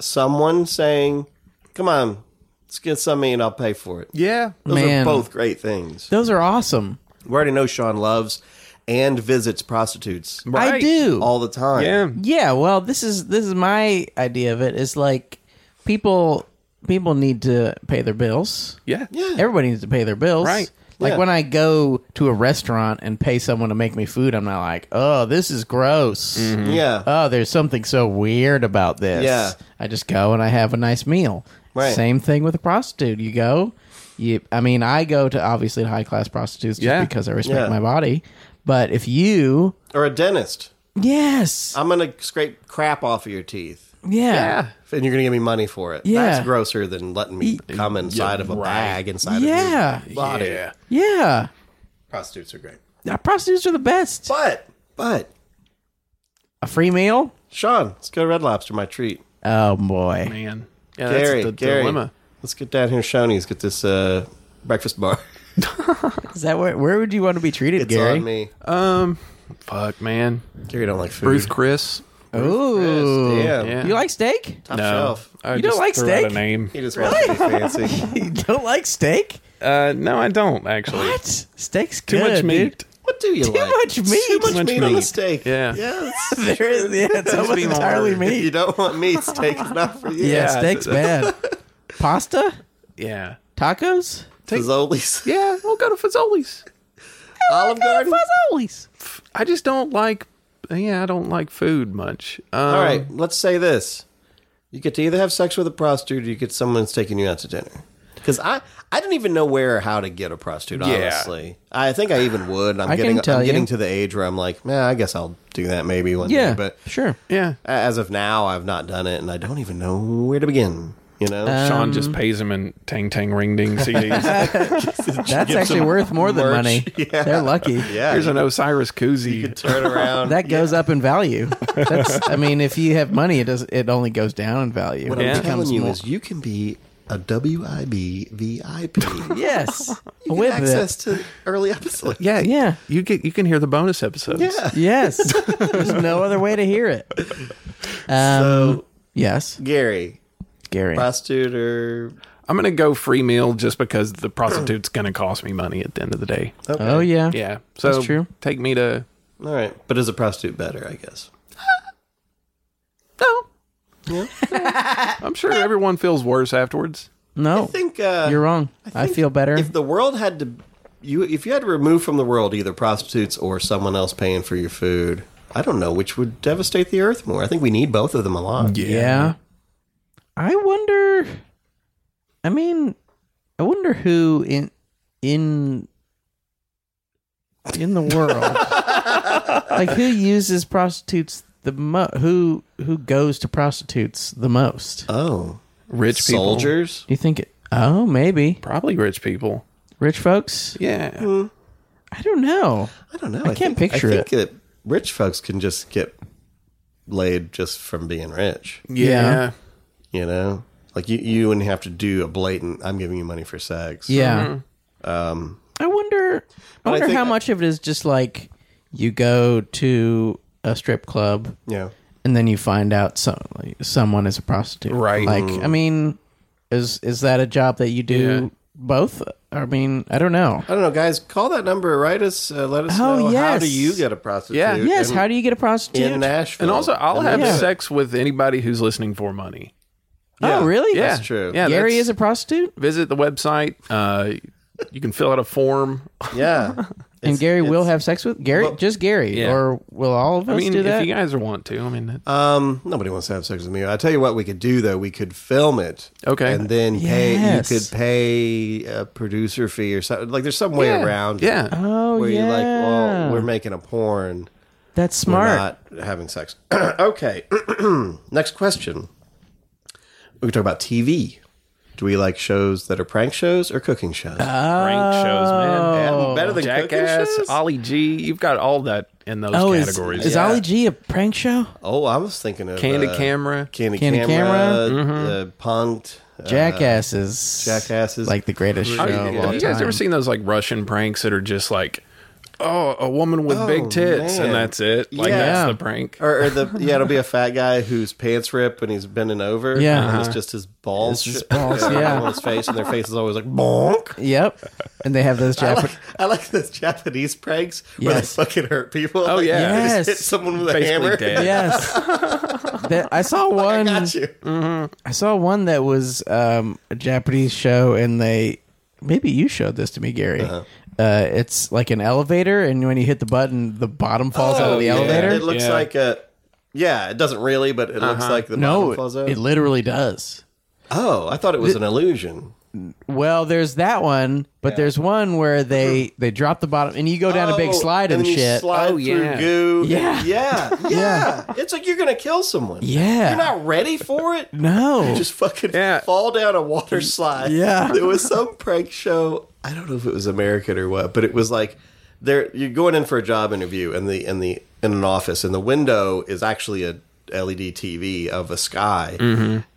Speaker 1: someone saying, "Come on, let's get some of me and I'll pay for it."
Speaker 4: Yeah.
Speaker 1: Those
Speaker 5: Man.
Speaker 1: are both great things.
Speaker 5: Those are awesome.
Speaker 1: We already know Sean loves and visits prostitutes
Speaker 5: I
Speaker 4: Right.
Speaker 5: do.
Speaker 1: all the time.
Speaker 4: Yeah.
Speaker 5: Yeah, well, this is this is my idea of it. Is like people people need to pay their bills.
Speaker 4: Yeah.
Speaker 5: Everybody needs to pay their bills.
Speaker 4: Right.
Speaker 5: Like
Speaker 1: Yeah.
Speaker 5: when I go to a restaurant and pay someone to make me food, I'm not like, "Oh, this is gross."
Speaker 1: yeah.
Speaker 5: Oh, there's something so weird about this.
Speaker 1: Mm-hmm. Yeah.
Speaker 5: I just go and I have a nice meal.
Speaker 1: Right.
Speaker 5: Same thing with a prostitute. You go, you. I mean, I go to obviously high class prostitutes just
Speaker 4: Yeah.
Speaker 5: because I respect
Speaker 1: Yeah.
Speaker 5: my body. But if you,
Speaker 1: or a dentist.
Speaker 5: yes,
Speaker 1: I'm gonna scrape crap off of your teeth,
Speaker 5: yeah.
Speaker 1: and you're gonna give me money for it.
Speaker 5: Yeah.
Speaker 1: That's grosser than letting me come inside of a bag inside
Speaker 5: Yeah.
Speaker 1: of your body.
Speaker 5: Yeah.
Speaker 1: Prostitutes are great,
Speaker 5: Now, prostitutes are the best.
Speaker 1: but but
Speaker 5: A free meal?
Speaker 1: Sean, let's go to Red Lobster. My treat.
Speaker 5: Oh boy.
Speaker 4: Man. Yeah,
Speaker 1: Gary,
Speaker 4: that's the
Speaker 1: Gary,
Speaker 4: dilemma.
Speaker 1: let's get down here, Shoney's. Get this uh, breakfast bar.
Speaker 5: Is that where where would you want to be treated,
Speaker 1: It's
Speaker 5: Gary?
Speaker 1: on me.
Speaker 4: Um, fuck, man.
Speaker 1: Gary don't like food.
Speaker 4: Ruth Chris.
Speaker 5: Ooh.
Speaker 1: Damn.
Speaker 4: Yeah.
Speaker 5: You like steak?
Speaker 1: Top shelf.
Speaker 4: I
Speaker 5: You don't
Speaker 4: just
Speaker 5: like
Speaker 4: threw out
Speaker 5: steak?
Speaker 4: A name.
Speaker 1: He just wants to be fancy.
Speaker 5: you don't like steak?
Speaker 4: Uh, no, I don't actually.
Speaker 5: What? Steak's
Speaker 4: Too
Speaker 5: good,
Speaker 4: much meat.
Speaker 5: dude.
Speaker 1: What do you
Speaker 5: Too
Speaker 1: like?
Speaker 5: much meat.
Speaker 1: Too much,
Speaker 4: Too much
Speaker 1: meat, on a
Speaker 4: meat.
Speaker 1: steak.
Speaker 4: Yeah.
Speaker 1: Yeah. it's-
Speaker 5: There is, yeah, it's almost
Speaker 4: being
Speaker 5: entirely
Speaker 4: hard.
Speaker 1: If you
Speaker 5: meat.
Speaker 1: don't want meat, steak is not for you.
Speaker 5: Yeah,
Speaker 4: Yeah,
Speaker 5: steak's bad. Pasta?
Speaker 4: Yeah.
Speaker 5: Tacos?
Speaker 1: Fazoli's.
Speaker 4: Yeah, we'll go to Fazoli's.
Speaker 1: Olive Garden.
Speaker 5: Always.
Speaker 4: I just don't like. Yeah, I don't like food much. Um,
Speaker 1: All right, let's say this. You get to either have sex with a prostitute or you get someone that's taking you out to dinner. Because I, I didn't even know where or how to get a prostitute,
Speaker 4: Yeah.
Speaker 1: honestly. I think I even would. I'm
Speaker 5: I can
Speaker 1: getting
Speaker 5: tell
Speaker 1: I'm
Speaker 5: you.
Speaker 1: getting to the age where I'm like, man, I guess I'll do that maybe one
Speaker 5: Yeah.
Speaker 1: day. But
Speaker 5: sure.
Speaker 4: Yeah.
Speaker 1: as of now, I've not done it and I don't even know where to begin. You know?
Speaker 5: Uh,
Speaker 4: Sean just pays him in Tang Tang Ring Ding CDs.
Speaker 5: That's actually
Speaker 1: some
Speaker 5: worth more than
Speaker 1: merch.
Speaker 5: money.
Speaker 1: Yeah.
Speaker 5: They're lucky.
Speaker 1: yeah.
Speaker 4: Here's an Osiris
Speaker 1: you
Speaker 4: koozie.
Speaker 1: could turn around.
Speaker 5: That goes up in value. That's, I mean, if you have money, it does. It only goes down in value.
Speaker 1: what
Speaker 5: It
Speaker 1: I'm
Speaker 5: becomes
Speaker 1: telling you
Speaker 5: more-
Speaker 1: is you can be a WIB VIP. You
Speaker 5: yes,
Speaker 1: get
Speaker 5: with
Speaker 1: access
Speaker 5: it.
Speaker 1: to early episodes.
Speaker 4: Yeah,
Speaker 5: Yeah.
Speaker 4: You get you can hear the bonus episodes.
Speaker 1: Yeah.
Speaker 5: Yes, there's no other way to hear it. Um,
Speaker 1: So,
Speaker 5: yes,
Speaker 1: Gary,
Speaker 5: Gary.
Speaker 1: prostitute or
Speaker 4: I'm gonna go free meal just because the prostitute's gonna cost me money at the end of the day.
Speaker 5: Oh yeah,
Speaker 4: Yeah, so
Speaker 5: That's true.
Speaker 4: Take me to
Speaker 1: All right, but is a prostitute better? I guess.
Speaker 4: no. I'm sure everyone feels worse afterwards.
Speaker 5: No,
Speaker 1: I think uh,
Speaker 5: you're wrong. I, feel better.
Speaker 1: If the world had to, you if you had to remove from the world either prostitutes or someone else paying for your food, I don't know which would devastate the earth more. I think we need both of them a lot.
Speaker 5: yeah. I wonder. I mean, I wonder who in in in the world, like who uses prostitutes the mo- who who goes to prostitutes the most.
Speaker 1: Oh,
Speaker 4: Rich people,
Speaker 1: soldiers.
Speaker 5: Do you think? It, oh, maybe
Speaker 4: probably rich people.
Speaker 5: rich folks.
Speaker 4: Yeah,
Speaker 5: I don't know.
Speaker 1: I don't know.
Speaker 5: I can't
Speaker 1: think,
Speaker 5: picture
Speaker 1: I think that rich folks can just get laid just from being rich.
Speaker 4: yeah.
Speaker 5: Yeah.
Speaker 1: You know, like you you wouldn't have to do a blatant. I'm giving you money for sex.
Speaker 5: Yeah. Um, I wonder. I
Speaker 1: I
Speaker 5: wonder
Speaker 1: think-
Speaker 5: how much of it is just like you go to a strip club
Speaker 1: Yeah.
Speaker 5: and then you find out some like, someone is a prostitute.
Speaker 4: Right.
Speaker 5: Like
Speaker 4: Mm.
Speaker 5: I mean, is is that a job that you do both? I mean, I don't know.
Speaker 4: Uh,
Speaker 1: I don't know, guys. Call that number. Write us. Uh, let us
Speaker 5: Oh,
Speaker 1: know how
Speaker 5: yes.
Speaker 1: do you get a prostitute?
Speaker 4: Yeah.
Speaker 5: Yes,
Speaker 1: And-
Speaker 5: how do you get a prostitute?
Speaker 1: in Nashville?
Speaker 4: And also, I'll
Speaker 1: I mean,
Speaker 4: have
Speaker 5: yeah.
Speaker 4: sex with anybody who's listening for money.
Speaker 5: Oh, really?
Speaker 4: Yeah,
Speaker 1: That's true.
Speaker 4: Yeah,
Speaker 5: Gary
Speaker 4: that's-
Speaker 5: is a prostitute,
Speaker 4: Visit the website. Uh, you can fill out a form.
Speaker 1: yeah.
Speaker 5: and Gary will have sex with Gary. just Gary,
Speaker 4: Yeah.
Speaker 5: or will all of
Speaker 4: I
Speaker 5: us
Speaker 4: mean,
Speaker 5: do that?
Speaker 4: if you guys want to, I mean, that-
Speaker 1: Um, nobody wants to have sex with me. I tell you what, we could do though. We could film it,
Speaker 4: Okay.
Speaker 1: and then pay.
Speaker 5: Yes.
Speaker 1: You could pay a producer fee or something. Like, there's some way
Speaker 4: Yeah.
Speaker 1: around. it
Speaker 4: Yeah.
Speaker 5: oh
Speaker 1: where
Speaker 5: yeah,
Speaker 1: you're like, well, we're making a porn.
Speaker 5: that's
Speaker 1: We're
Speaker 5: smart.
Speaker 1: not having sex. okay. Next question. We can talk about TV. Do we like shows that are prank shows or cooking shows?
Speaker 4: prank shows,
Speaker 5: Oh,
Speaker 4: man.
Speaker 1: Yeah, Uh, better than cooking
Speaker 4: Jackass,
Speaker 1: shows?
Speaker 4: Ollie G. You've got all that in those
Speaker 5: oh, is,
Speaker 4: categories.
Speaker 5: is Ollie G a prank show?
Speaker 1: Oh, I was thinking of
Speaker 4: Candid
Speaker 1: uh,
Speaker 4: camera.
Speaker 1: Candy,
Speaker 5: Candid
Speaker 1: camera,
Speaker 5: mm-hmm.
Speaker 1: uh, punked. uh,
Speaker 5: Jackasses.
Speaker 1: Jackasses.
Speaker 5: like the greatest show
Speaker 4: Are you-
Speaker 5: of all
Speaker 4: have you guys
Speaker 5: time.
Speaker 4: ever seen those like Russian pranks that are just like, oh, a woman with big tits
Speaker 1: man.
Speaker 4: and that's it? Like
Speaker 1: Yeah.
Speaker 4: that's the prank.
Speaker 1: or, or the yeah, it'll be a fat guy whose pants rip when he's bending over.
Speaker 5: Yeah. Uh-huh.
Speaker 1: and it's just his balls,
Speaker 5: It's his
Speaker 1: sh-
Speaker 5: balls, yeah.
Speaker 1: on his face, and their face is always like bonk.
Speaker 5: Yep, and they have those
Speaker 1: I
Speaker 5: Jap-
Speaker 1: like, I like those Japanese pranks where they
Speaker 5: Yes.
Speaker 1: fucking hurt people. Oh just
Speaker 4: yeah.
Speaker 1: hit
Speaker 5: Yes.
Speaker 1: someone with a
Speaker 4: Basically
Speaker 1: hammer.
Speaker 4: dead.
Speaker 5: Yes. That- I saw
Speaker 1: I
Speaker 5: one.
Speaker 1: got you.
Speaker 5: I saw one that was um, a Japanese show, and they maybe you showed this to me, Gary.
Speaker 1: Uh-huh.
Speaker 5: uh it's like an elevator, and when you hit the button, the bottom falls out of the
Speaker 1: Oh, Yeah,
Speaker 5: elevator.
Speaker 1: It looks
Speaker 4: Yeah. Uh-huh.
Speaker 1: like a. Yeah, it doesn't really, but it looks like the
Speaker 5: no,
Speaker 1: bottom falls out.
Speaker 5: it literally does.
Speaker 1: oh, I thought it was an illusion.
Speaker 5: Well, there's that one, but there's one where they they drop the bottom, and you go down a big
Speaker 1: Oh,
Speaker 5: slide and,
Speaker 1: then you
Speaker 5: shit.
Speaker 1: Slide
Speaker 4: Oh, yeah.
Speaker 1: through goo.
Speaker 5: Yeah.
Speaker 1: yeah, yeah. It's like you're gonna kill someone.
Speaker 5: Yeah.
Speaker 1: you're not ready for it.
Speaker 5: no,
Speaker 1: You just fucking
Speaker 4: Yeah.
Speaker 1: fall down a water slide.
Speaker 5: Oh. Yeah.
Speaker 1: There was some prank show. I don't know if it was American or what, but it was like there you're going in for a job interview and the in the in an office and the window is actually a E LED TV of a sky.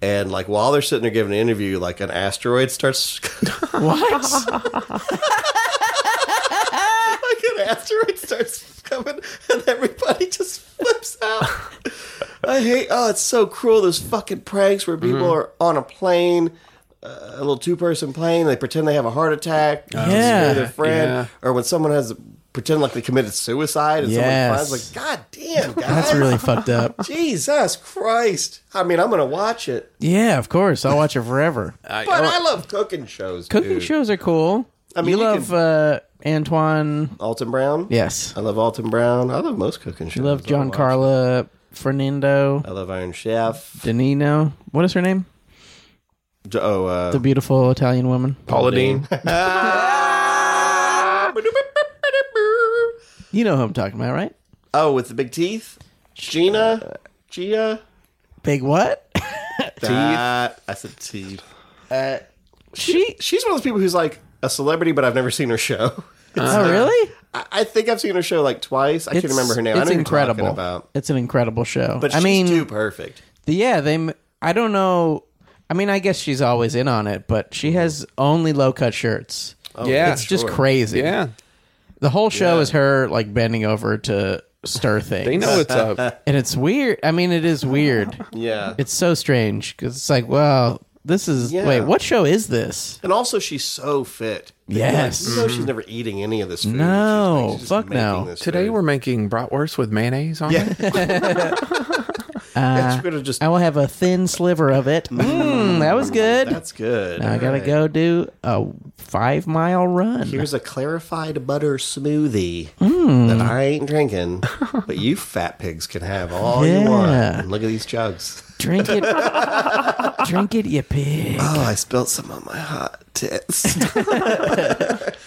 Speaker 1: And like while they're sitting there giving an interview, like an asteroid starts
Speaker 5: what?
Speaker 1: like an asteroid starts coming and everybody just flips out. I hate oh, it's so cruel those fucking pranks where
Speaker 5: Mm-hmm.
Speaker 1: people are on a plane, uh, a little two person plane, they pretend they have a heart attack, to
Speaker 5: Oh, Yeah.
Speaker 1: scare their friend,
Speaker 4: Yeah.
Speaker 1: or when someone has pretend like they committed suicide and
Speaker 5: Yes.
Speaker 1: someone finds like god damn guys.
Speaker 5: That's really fucked up.
Speaker 1: Jesus Christ. I mean, I'm going to watch it.
Speaker 5: Yeah, of course, I'll watch it forever.
Speaker 1: But I love cooking shows.
Speaker 5: Cooking
Speaker 1: dude.
Speaker 5: shows are cool. I
Speaker 1: mean,
Speaker 5: mean, you,
Speaker 1: you
Speaker 5: love
Speaker 1: can-
Speaker 5: uh, Antoine.
Speaker 1: Alton Brown?
Speaker 5: Yes,
Speaker 1: I love Alton Brown. I love most cooking shows.
Speaker 5: You love
Speaker 1: I
Speaker 5: John
Speaker 1: watch.
Speaker 5: Carla, Fernando,
Speaker 1: I love Iron Chef.
Speaker 5: Danino. What is her name?
Speaker 1: Jo- Oh, uh,
Speaker 5: The beautiful Italian woman.
Speaker 4: Paula Dean.
Speaker 5: You know who I'm talking about, right?
Speaker 1: oh, with the big teeth,
Speaker 5: Uh,
Speaker 1: Gina, Gia.
Speaker 5: Big what?
Speaker 1: That, I said teeth.
Speaker 5: She.
Speaker 1: She's one of those people who's like a celebrity, but I've never seen her show.
Speaker 5: Oh, really?
Speaker 1: uh, I, I think I've seen her show like twice. I can't remember her name. I
Speaker 5: It's
Speaker 1: know who
Speaker 5: incredible.
Speaker 1: You're talking about.
Speaker 5: It's an incredible show.
Speaker 1: But
Speaker 5: I
Speaker 1: she's
Speaker 5: mean,
Speaker 1: too perfect.
Speaker 5: the- yeah, they. m- I don't know. I mean, I guess she's always in on it, but she has only low cut shirts.
Speaker 1: Oh,
Speaker 4: yeah.
Speaker 5: It's just crazy.
Speaker 4: Yeah.
Speaker 5: The whole show is her like bending over to stir things.
Speaker 4: They know it's up.
Speaker 5: and it's weird. I mean, it is weird.
Speaker 1: Yeah.
Speaker 5: It's so strange because it's like, wow, this is
Speaker 1: Yeah.
Speaker 5: wait, what show is this?
Speaker 1: and also, she's so fit.
Speaker 5: Yes. Mm-hmm.
Speaker 1: You know, she's never eating any of this food.
Speaker 5: No,
Speaker 1: She's like, she's just
Speaker 5: fuck
Speaker 1: making
Speaker 5: no.
Speaker 1: this
Speaker 4: Today
Speaker 1: food.
Speaker 4: we're making bratwurst with mayonnaise on it.
Speaker 1: Yeah, she could've just.
Speaker 5: I will have a thin sliver of it. Mm, that was good.
Speaker 1: That's good.
Speaker 5: now I gotta
Speaker 1: All right.
Speaker 5: go do a five mile run.
Speaker 1: Here's a clarified butter smoothie
Speaker 5: Mm.
Speaker 1: that I ain't drinking, but you fat pigs can have all you want.
Speaker 5: Yeah.
Speaker 1: And look at these jugs.
Speaker 5: Drink it, drink it, you pig.
Speaker 1: Oh, I spilled some on my hot tits.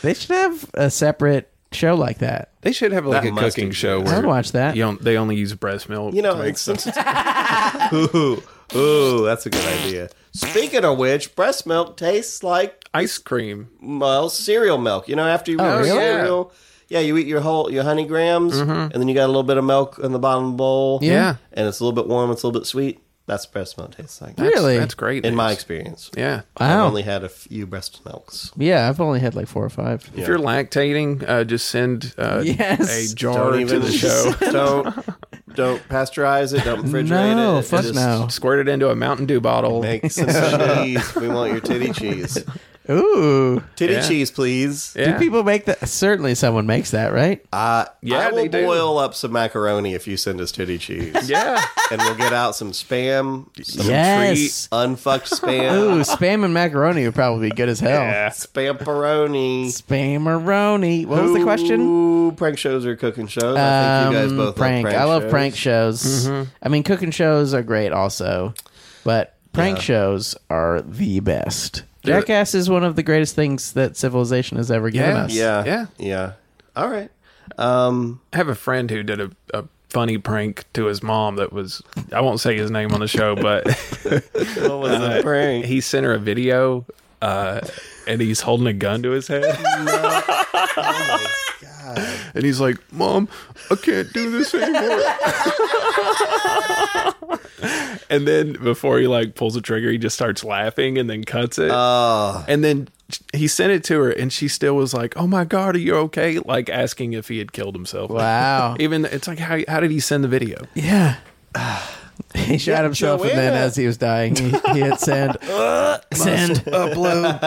Speaker 5: They should have a separate show like that.
Speaker 4: They should have like
Speaker 1: That
Speaker 4: a
Speaker 1: must
Speaker 4: cooking
Speaker 1: exist.
Speaker 4: show
Speaker 5: I'd
Speaker 4: where
Speaker 5: watch that.
Speaker 4: you don't, they only use breast milk.
Speaker 1: you know,
Speaker 4: to make
Speaker 1: it's, ooh, ooh, that's a good idea. Speaking of which, breast milk tastes like
Speaker 4: ice cream.
Speaker 1: well cereal milk. You know, after you eat
Speaker 5: Oh,
Speaker 1: your
Speaker 5: really? Mm-hmm.
Speaker 1: cereal, yeah, you eat your whole your honey grams, and then you got a little bit of milk in the bottom of the bowl.
Speaker 4: Yeah.
Speaker 1: and it's a little bit warm, it's a little bit sweet. That's what breast milk tastes like.
Speaker 5: really?
Speaker 4: That's great.
Speaker 1: in my
Speaker 4: news.
Speaker 1: experience.
Speaker 4: Yeah.
Speaker 5: Wow.
Speaker 1: I've only had a few breast milks.
Speaker 5: yeah, I've only had like four or five.
Speaker 4: If you're lactating, uh, just send uh,
Speaker 5: Yes.
Speaker 4: a jar to the show.
Speaker 1: don't Don't pasteurize it. Don't refrigerate it.
Speaker 5: No,
Speaker 1: It
Speaker 5: fuck
Speaker 1: just-
Speaker 5: no.
Speaker 4: Squirt it into a Mountain Dew bottle.
Speaker 1: Make some cheese. We want your titty cheese.
Speaker 5: Ooh.
Speaker 1: Titty
Speaker 4: Yeah.
Speaker 1: cheese, please.
Speaker 5: Do people make that? Certainly, someone makes that, right?
Speaker 1: Uh, I will
Speaker 4: they do.
Speaker 1: boil up some macaroni if you send us titty cheese.
Speaker 4: Yeah.
Speaker 1: and we'll get out some spam, some
Speaker 5: Yes.
Speaker 1: unfucked spam,
Speaker 5: Ooh, spam and macaroni would probably be good as hell.
Speaker 1: spamperoni.
Speaker 5: Spamaroni. What was the question?
Speaker 1: Ooh, prank shows or cooking shows? I think you guys
Speaker 5: Um,
Speaker 1: both
Speaker 5: prank.
Speaker 1: love prank.
Speaker 5: I love
Speaker 1: shows.
Speaker 5: prank shows. I mean, cooking shows are great also, but prank shows are the best. Jackass is one of the greatest things that civilization has ever given
Speaker 4: Yeah.
Speaker 5: us.
Speaker 1: Yeah,
Speaker 4: Yeah.
Speaker 1: yeah. All right. Um,
Speaker 4: I have a friend who did a, a funny prank to his mom that was I won't say his name on the show, but
Speaker 1: what was the prank?
Speaker 4: he sent her a video uh, and he's holding a gun to his head. And he's like, "Mom, I can't do this anymore." and then before he like pulls the trigger, he just starts laughing and then cuts it.
Speaker 1: Uh,
Speaker 4: and then he sent it to her, and she still was like, "Oh my god, are you okay?" Like asking if he had killed himself.
Speaker 5: Wow.
Speaker 4: Even it's like, how how did he send the video?
Speaker 5: Yeah. he shot himself, and then
Speaker 1: Joanna.
Speaker 5: as he was dying, he, he hit send, send, upload.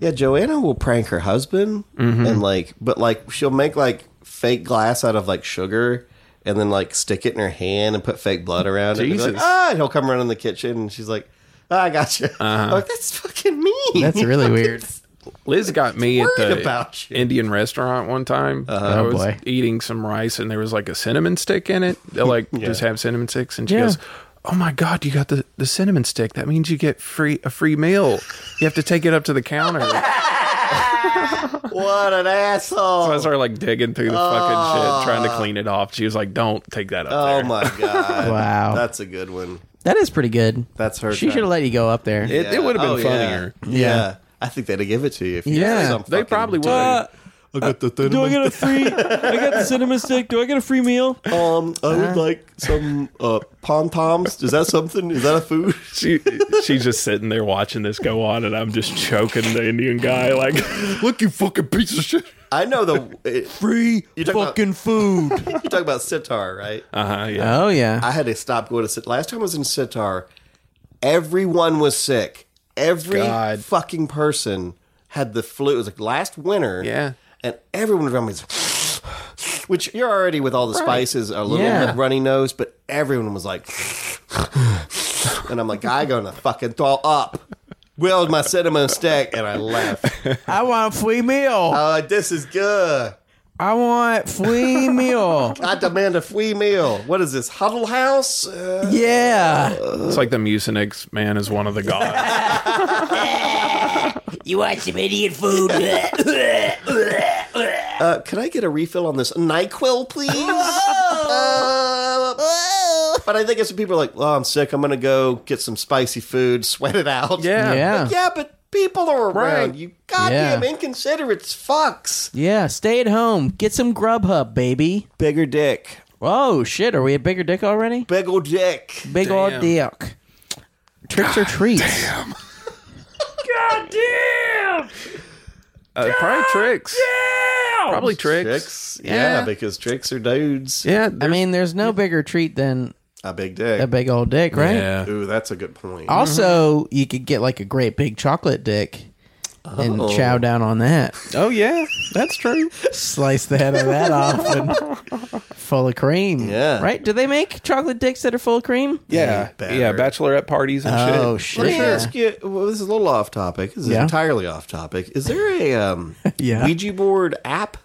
Speaker 1: Yeah, Joanna will prank her husband
Speaker 5: Mm-hmm.
Speaker 1: and like, but like she'll make like fake glass out of like sugar and then like stick it in her hand and put fake blood around it. And be like,
Speaker 4: Jesus.
Speaker 1: ah, and he'll come around in the kitchen and she's like, ah, I got you. I'm like that's fucking mean.
Speaker 5: Uh-huh. That's really weird.
Speaker 4: Liz got me at
Speaker 1: worried
Speaker 4: the
Speaker 1: about you.
Speaker 4: Indian restaurant one time. I
Speaker 5: Oh,
Speaker 4: was
Speaker 5: boy.
Speaker 4: eating some rice and there was like a cinnamon stick in it. They like just have cinnamon sticks and she
Speaker 5: Yeah.
Speaker 4: goes, "Oh my god, you got the the cinnamon stick. That means you get free a free meal. You have to take it up to the counter." so
Speaker 1: What an asshole.
Speaker 4: I started like digging through the fucking shit trying to clean it off. She was like, "Don't take that up
Speaker 1: Ah. oh
Speaker 4: there."
Speaker 1: my god.
Speaker 5: Wow.
Speaker 1: That's a good one.
Speaker 5: That is pretty good.
Speaker 1: That's her.
Speaker 5: She should have let you go up there.
Speaker 4: It, it would have been funnier.
Speaker 1: Yeah. I think they'd have give it to you if you
Speaker 5: Yeah.
Speaker 1: had some
Speaker 4: They
Speaker 1: fucking-
Speaker 4: probably would.
Speaker 7: I got the thing.
Speaker 5: get a free? I got the cinnamon stick. Do I get a free meal?
Speaker 1: um I would like some uh pom toms. Is that something? Is that a food?
Speaker 4: she she's just sitting there watching this go on and I'm just choking the Indian guy like
Speaker 7: Look, you fucking piece of shit.
Speaker 1: I know the it,
Speaker 5: Free
Speaker 1: You talking about-
Speaker 5: fucking food.
Speaker 1: you're talking about sitar, right?
Speaker 4: uh-huh, yeah.
Speaker 5: oh yeah.
Speaker 1: I had to stop going to sit. Last time I was in Sitar, everyone was sick. Every
Speaker 4: God.
Speaker 1: fucking person had the flu. It was like last winter.
Speaker 4: Yeah.
Speaker 1: And everyone around me was, which you're already with all the spices, a little
Speaker 5: Yeah.
Speaker 1: bit runny nose, but everyone was like, and I'm like, I gonna fucking throw up. Willed my cinnamon stick and I left.
Speaker 5: I want a free meal.
Speaker 1: Oh, this is good.
Speaker 5: I want free meal.
Speaker 1: I demand a free meal. What is this, Huddle House? Uh,
Speaker 5: Yeah.
Speaker 4: It's like the Mucinex man is one of the gods.
Speaker 2: You want some Indian food?
Speaker 1: Uh, can I get a refill on this NyQuil, please? Uh, but I think it's when people are like, oh, I'm sick. I'm going to go get some spicy food, sweat it out.
Speaker 4: Yeah.
Speaker 5: Yeah.
Speaker 1: Like, yeah, but people are around.
Speaker 4: Right.
Speaker 1: You goddamn
Speaker 5: Yeah.
Speaker 1: inconsiderate fucks.
Speaker 5: Yeah. Stay at home. Get some Grubhub, baby.
Speaker 1: Bigger dick.
Speaker 5: Oh shit. Are we at bigger dick already?
Speaker 1: Big old dick.
Speaker 5: Big old dick. Tricks or treats.
Speaker 4: Uh, probably tricks. Probably tricks.
Speaker 1: Tricks. Yeah, because tricks are dudes.
Speaker 4: Yeah.
Speaker 5: I mean, there's no bigger treat than
Speaker 1: A big dick.
Speaker 5: a big old dick, right?
Speaker 4: yeah. Mm-hmm.
Speaker 1: Ooh, that's a good point.
Speaker 5: Also, you could get like a great big chocolate dick and chow down on that.
Speaker 4: Oh yeah. That's true.
Speaker 5: Slice the head of that off and full of cream.
Speaker 1: Yeah.
Speaker 5: Right? Do they make chocolate dicks that are full of cream?
Speaker 4: Yeah.
Speaker 1: Better.
Speaker 4: Yeah. Bachelorette parties and shit.
Speaker 5: Oh
Speaker 1: Let
Speaker 5: shit.
Speaker 1: me ask you. Well, this is a little off topic. This is
Speaker 5: Yeah.
Speaker 1: entirely off topic. Is there a um,
Speaker 5: Yeah.
Speaker 1: Ouija board app?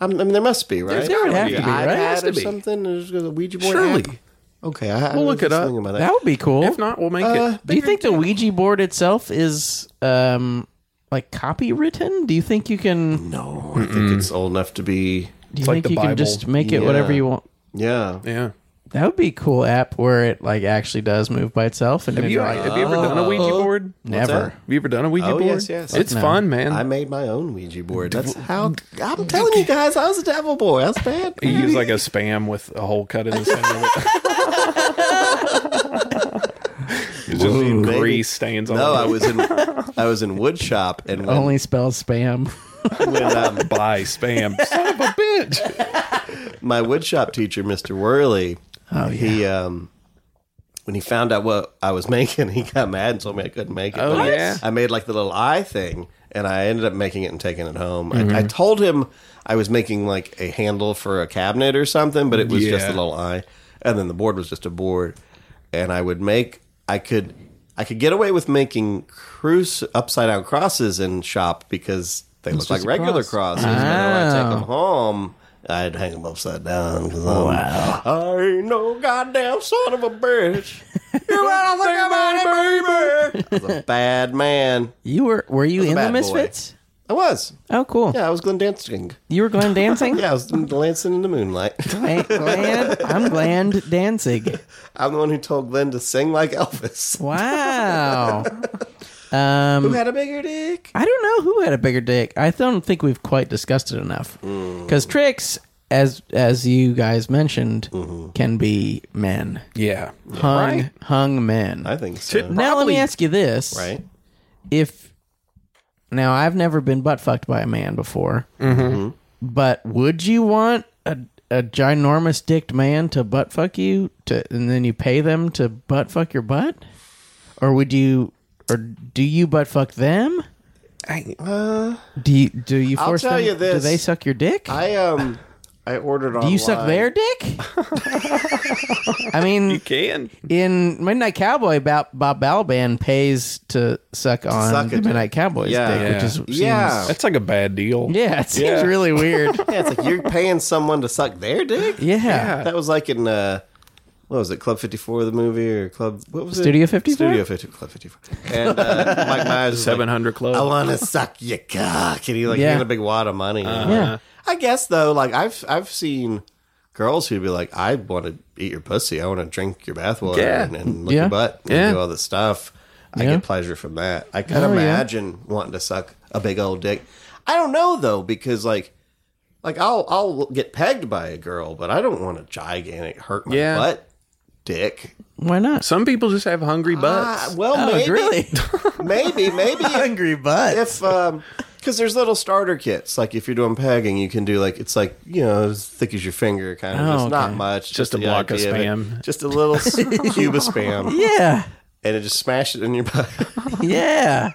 Speaker 1: I'm- I mean, there must be, right?
Speaker 5: there would have to be, right?
Speaker 1: iPad
Speaker 5: Has
Speaker 1: or something. There's a Ouija board.
Speaker 4: Surely.
Speaker 1: app? Okay, I, I
Speaker 4: We'll
Speaker 1: was
Speaker 4: look it
Speaker 1: just
Speaker 4: up.
Speaker 1: thinking about that.
Speaker 5: That would be cool.
Speaker 4: If not, we'll make
Speaker 1: Uh,
Speaker 4: it.
Speaker 5: Do you think the Ouija board itself is um like copywritten? Do you think you can
Speaker 1: No, I think it's old enough to be.
Speaker 5: do you
Speaker 4: like
Speaker 5: think
Speaker 4: the
Speaker 5: you
Speaker 4: Bible.
Speaker 5: can just make it whatever
Speaker 1: Yeah.
Speaker 5: you want?
Speaker 1: Yeah.
Speaker 4: Yeah.
Speaker 5: That would be a cool app where it like actually does move by itself and
Speaker 4: Have
Speaker 5: then
Speaker 4: you,
Speaker 5: you're like
Speaker 4: have you ever done a Ouija board?
Speaker 5: never.
Speaker 4: Have you ever done a Ouija
Speaker 1: Oh,
Speaker 4: board?
Speaker 1: yes, yes.
Speaker 4: It's fun, man.
Speaker 1: I made my own Ouija board. That's how I'm telling you guys. I was a devil boy. That's bad.
Speaker 4: you use like a spam with a hole cut in the center of it. It's just
Speaker 1: baby.
Speaker 4: grease stains all
Speaker 1: No,
Speaker 4: over
Speaker 1: I
Speaker 4: it.
Speaker 1: was in I was in wood shop and when,
Speaker 5: Only spells spam.
Speaker 1: when um,
Speaker 4: buy spam. Son of a bitch.
Speaker 1: my woodshop teacher, Mr. Worley, oh, yeah. he um when he found out what I was making, he got mad and told me I couldn't make it.
Speaker 4: Oh,
Speaker 1: But
Speaker 4: yeah?
Speaker 1: I made like the little eye thing, and I ended up making it and taking it home.
Speaker 4: Mhm.
Speaker 1: I, I told him I was making like a handle for a cabinet or something, but it was just a
Speaker 4: Yeah.
Speaker 1: little eye, and then the board was just a board, and I would make I could. I could get away with making cruise upside down crosses in shop because they
Speaker 4: It's
Speaker 1: look like
Speaker 4: just a
Speaker 1: regular
Speaker 4: cross.
Speaker 1: crosses. And when I
Speaker 4: Oh.
Speaker 1: take them home, I'd hang them upside down. 'cause I'm-
Speaker 4: Wow.
Speaker 1: I ain't no goddamn son of a bitch. you better think about it, baby. I was a bad man.
Speaker 5: You were were you in the Misfits?
Speaker 1: I was.
Speaker 5: Oh, cool.
Speaker 1: Yeah, I was Glenn dancing.
Speaker 5: You were Glenn dancing?
Speaker 1: yeah, I was dancing in the moonlight.
Speaker 5: Glenn, I'm Glenn Danzig.
Speaker 1: I'm the one who told Glenn to sing like
Speaker 5: Hmm.
Speaker 1: Elvis.
Speaker 5: Wow. Um,
Speaker 1: who had a bigger dick?
Speaker 5: I don't know who had a bigger dick. I don't think we've quite discussed it enough. Because tricks, as as you guys mentioned, can be men.
Speaker 4: Yeah,
Speaker 5: hung
Speaker 4: Right?
Speaker 5: hung men.
Speaker 1: I think so.
Speaker 5: Now let me ask you this:
Speaker 1: Right.
Speaker 5: If now I've never been butt fucked by a man before,
Speaker 1: Mm-hmm.
Speaker 4: Mhm.
Speaker 5: but would you want a a ginormous dicked man to butt fuck you to, and then you pay them to butt fuck your butt, or would you, or do you butt fuck them?
Speaker 1: Uh,
Speaker 5: do you do you
Speaker 1: I'll
Speaker 5: force
Speaker 1: tell
Speaker 5: them?
Speaker 1: you this.
Speaker 5: Do they suck your dick?
Speaker 1: I um, I ordered online.
Speaker 5: Do you suck their dick? I mean, you
Speaker 4: can.
Speaker 5: In Midnight Cowboy, Bob, Bob Balaban pays to suck on
Speaker 1: suck
Speaker 5: the
Speaker 1: it.
Speaker 5: Midnight Cowboy's
Speaker 1: Yeah.
Speaker 5: dick, which is seems,
Speaker 1: Yeah.
Speaker 4: That's like a bad deal.
Speaker 5: Yeah, it seems really weird.
Speaker 1: yeah, it's like you're paying someone to suck their dick.
Speaker 5: Yeah. Yeah.
Speaker 1: that was like in uh, what was it, Club Fifty Four, the movie, or Club what was it,
Speaker 5: Studio 54?
Speaker 1: Studio Fifty Club Fifty Four, and uh, Mike Myers, was like,
Speaker 4: 700 Club.
Speaker 1: I want to suck your cock, and he like
Speaker 4: Yeah.
Speaker 1: gave a big wad of money.
Speaker 4: Uh-huh. Yeah.
Speaker 1: I guess though, like I've I've seen girls who'd be like, I want to eat your pussy, I want to drink your bathwater,
Speaker 4: Yeah.
Speaker 1: and, and lick
Speaker 4: Yeah.
Speaker 1: your butt, and
Speaker 4: Yeah.
Speaker 1: do all this stuff. I
Speaker 4: Yeah.
Speaker 1: get pleasure from that. I could
Speaker 4: Oh, yeah.
Speaker 1: imagine wanting to suck a big old dick. I don't know though, because like like I'll I'll get pegged by a girl, but I don't want a gigantic hurt my
Speaker 4: Yeah.
Speaker 1: butt dick.
Speaker 5: Why not? Oh,
Speaker 4: Some people just have hungry butts.
Speaker 1: Ah, well,
Speaker 4: oh,
Speaker 1: maybe, maybe, maybe
Speaker 5: hungry butt.
Speaker 1: If um, because there's little starter kits. Like if you're doing pegging, you can do like it's like you know as thick as your finger, kind of.
Speaker 4: Oh,
Speaker 1: it's not
Speaker 4: okay.
Speaker 1: much.
Speaker 4: Just a
Speaker 1: the
Speaker 4: block of
Speaker 1: idea it.
Speaker 4: Spam.
Speaker 1: Just a little s- cube of spam.
Speaker 5: Yeah.
Speaker 1: And it just smashes in your butt.
Speaker 5: yeah.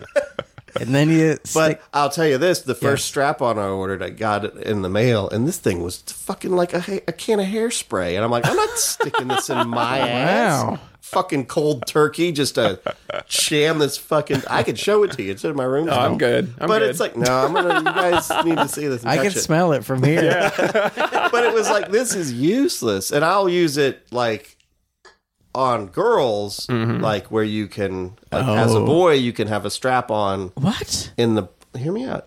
Speaker 5: And then you. But
Speaker 1: I'll tell you this: the first strap-on I ordered, I got it in the mail, and this thing was fucking like a, ha- a can of hairspray. And I'm like, I'm not sticking this in my ass.
Speaker 5: Wow.
Speaker 1: Fucking cold turkey, just a sham that's fucking. I could show it to you. It's in my room.
Speaker 4: No, Oh, I'm
Speaker 1: now.
Speaker 4: good. I'm
Speaker 1: but
Speaker 4: good.
Speaker 1: it's like, no, I'm gonna. You guys need to see this. and
Speaker 5: I
Speaker 1: touch
Speaker 5: can
Speaker 1: it.
Speaker 5: smell it from here.
Speaker 1: but it was like this is useless, and I'll use it like on girls, like where you can, like as a
Speaker 5: Oh.
Speaker 1: boy, you can have a strap on.
Speaker 5: What
Speaker 1: in the? Hear me out.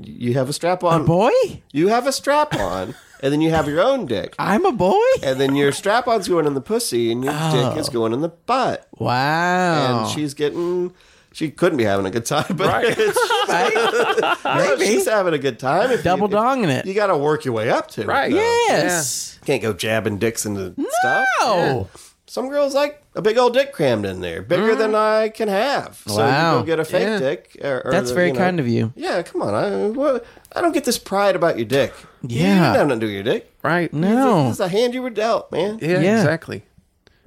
Speaker 1: You have a strap on,
Speaker 5: boy.
Speaker 1: You have a strap on, and then you have your own dick.
Speaker 5: I'm a boy,
Speaker 1: and then your strap on's going in the pussy, and your
Speaker 5: Oh.
Speaker 1: dick is going in the butt.
Speaker 5: Wow!
Speaker 1: And she's getting. She couldn't be having a good time, but
Speaker 5: Right.
Speaker 1: it's,
Speaker 5: Maybe.
Speaker 1: she's having a good time. If
Speaker 5: Double
Speaker 1: you,
Speaker 5: donging it.
Speaker 1: You got to work your way up to
Speaker 5: Right.
Speaker 1: it. though.
Speaker 5: Yes.
Speaker 1: Can't go jabbing dicks into stuff.
Speaker 5: Yeah.
Speaker 1: Some girls like a big old dick crammed in there, bigger than I can have. So you
Speaker 5: Mm. Wow.
Speaker 1: go get a fake
Speaker 5: Yeah.
Speaker 1: dick. Or, or
Speaker 5: That's
Speaker 1: the,
Speaker 5: very
Speaker 1: you know-
Speaker 5: kind of you.
Speaker 1: Yeah, come on. I, what, I don't get this pride about your dick.
Speaker 5: Yeah.
Speaker 1: You don't have nothing to do with your dick.
Speaker 4: Right.
Speaker 5: No.
Speaker 1: This is a hand you were dealt, man.
Speaker 5: Yeah, Yeah. exactly.